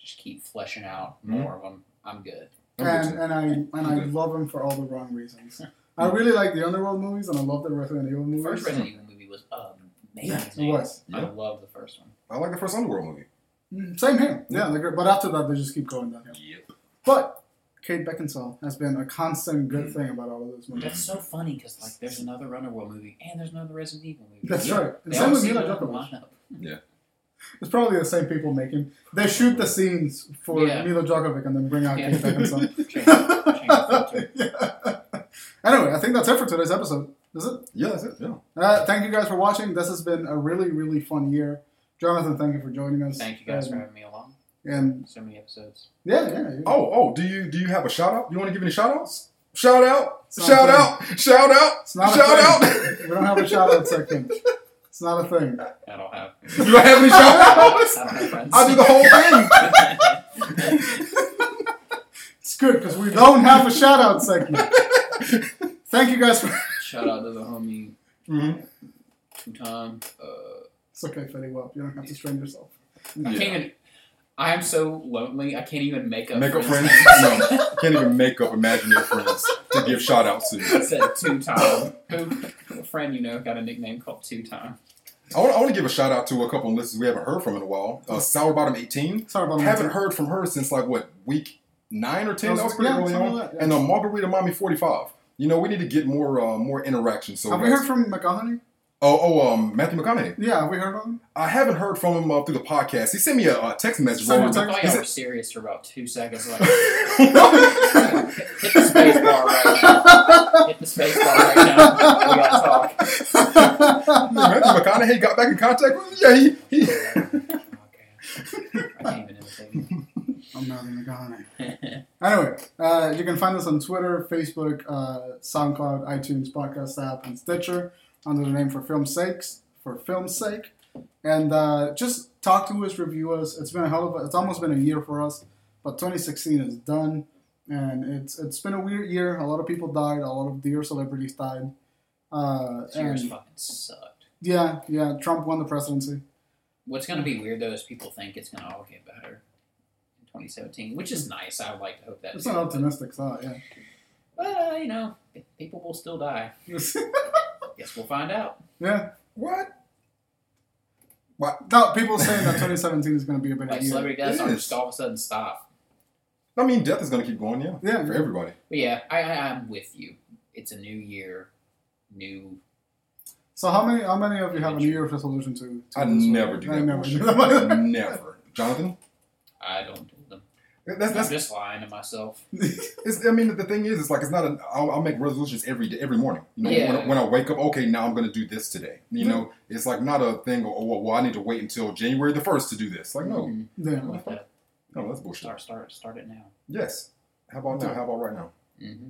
Just keep fleshing out
Mhm.
more of them. I'm good.
I'm good
And
to-
and I and I
Okay.
love them for all the wrong reasons. I really like the Underworld movies and I love the Resident Evil
The
movies.
first Resident Evil movie was amazing.
Mm-hmm. It was.
I
Yeah.
love the first one.
I like the first Underworld movie.
Mm, Same here. Yeah, they're great. but after that they just keep going downhill.
Yep.
But Kate Beckinsale has been a constant
Mm.
good thing about all of those movies.
That's so funny because like there's another Underworld movie and there's another Resident Evil movie.
That's
Yeah.
right. And
They
same
all
with
seem
Mila
to
Jovovich.
line up.
It's probably the same people making. They shoot the scenes for
Yeah.
Mila Djokovic and then bring out
Yeah.
Kate Beckinsale.
Change- change the filter.
Anyway, I think that's it for today's episode. Is it?
Yeah, that's it. Yeah.
Uh, thank you guys for watching. This has been a really, really fun year. Jonathan, thank you for joining us.
Thank you guys for
And,
having me along.
and
So many episodes.
yeah, yeah. yeah.
Oh, oh, do you do you have a shout out? You want to give any shout outs? Shout out!
It's not
shout
a thing.
out! Shout out!
It's not a
shout out!
thing. We don't have a shout out section. It's not a thing.
I don't have.
you don't have any shout outs?
I don't have friends.
I'll do the whole thing.
It's good because we don't have a shout out section. thank you guys for.
Shout out to the homie
Mhm.
Mm-hmm.
Tom. Uh,
It's okay, Fetty Wap. You don't have to strain yourself.
I can't even. I am so lonely. I can't even make up.
Make up friends? No. Can't even make up imaginary friends to give shout outs
I
to.
said two time. Who, a friend you know got a nickname called two time.
I want, I want to give a shout out to a couple of listeners we haven't heard from in a while. Uh, Sour Bottom 18.
Sorry about
Haven't
that.
heard from her since like what, week nine or ten? That was pretty
Yeah,
early
something
on.
like that, yeah.
And uh, Margarita Mommy 45. You know, we need to get more uh, more interaction. So
Have we
guys-
heard from McGahoney?
Oh, oh, um, Matthew McConaughey.
Yeah, have we heard from him?
I haven't heard from him uh, through the podcast. He sent me a, uh text message.
Send him
Roman.
a
I thought
He
y'all
said-
were serious for about two seconds. Like, hit the space bar right now. Hit the space bar right now. We gotta talk.
Matthew McConaughey got back in contact with me. Yeah, he, he
Okay. I can't even imitate. you.
I'm not in the Ghana. anyway, uh, you can find us on Twitter, Facebook, uh, SoundCloud, iTunes, Podcast app, and Stitcher under the name for film's sakes, for film's sake. And uh, just talk to us, review us. It's been a hell of a, it's almost been a year for us, but 2016 is done, and it's it's been a weird year. A lot of people died. A lot of dear celebrities died. Uh,
This year's
and
fucking sucked.
yeah, yeah, Trump won the presidency.
What's gonna be weird though is people think it's gonna all get better in 2017, which is nice. I would like to hope that.
It's
too,
an
but-
optimistic thought, yeah.
But uh, you know, people will still die. Guess we'll find out.
yeah.
what?
No, people saying that 2017 is going to be a better
Like
year.
celebrity deaths
It
aren't
is.
just all of a sudden stop.
I mean, death is gonna keep going. Yeah,
Yeah,
for everybody.
But yeah, I, I I'm with you. It's a new year, new.
So how many how many of you have a New Year's resolution to? to
I
this one?
never do
I
that.
never do
bullshit.
that.
never. Jonathan,
I don't do them.
that's,
I'm
that's
just lying to myself.
it's, I mean, the thing is, it's like it's not. A, I'll, I'll make resolutions every day, every morning. You know, when, I-
Yeah. Mm-hmm.
when I wake up, okay, now I'm gonna do this today. You know, it's like not a thing. Oh, well, well, I need to wait until January the first to do this. Like, no,
Mm,
Yeah.
I'm with that.
no, that's bullshit.
Start, start, start it now.
Yes. How about now? How about right now?
hmm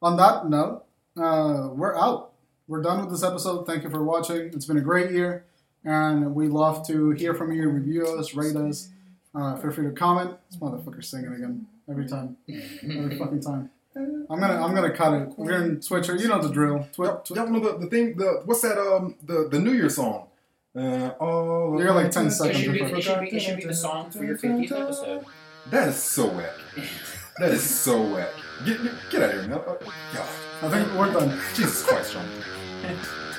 On that note, uh, we're out. We're done with this episode. Thank you for watching. It's been a great year, and we love to hear from you. Review us, rate us. Uh, feel free to comment. This motherfucker's singing again every time, every fucking time. I'm gonna I'm gonna cut it. We're gonna switch it. You know the drill. Twi-
Y'all,
twi-
y'all know the, the thing the what's that um the the New Year song? Uh, all
You're like 10
It
seconds
should, be,
before-
it, should be, it should be the song for your 50th episode.
That is so whack. That is so whack. Get get, get out of here, man. Uh, God,
I think we're done.
Jesus Christ, John.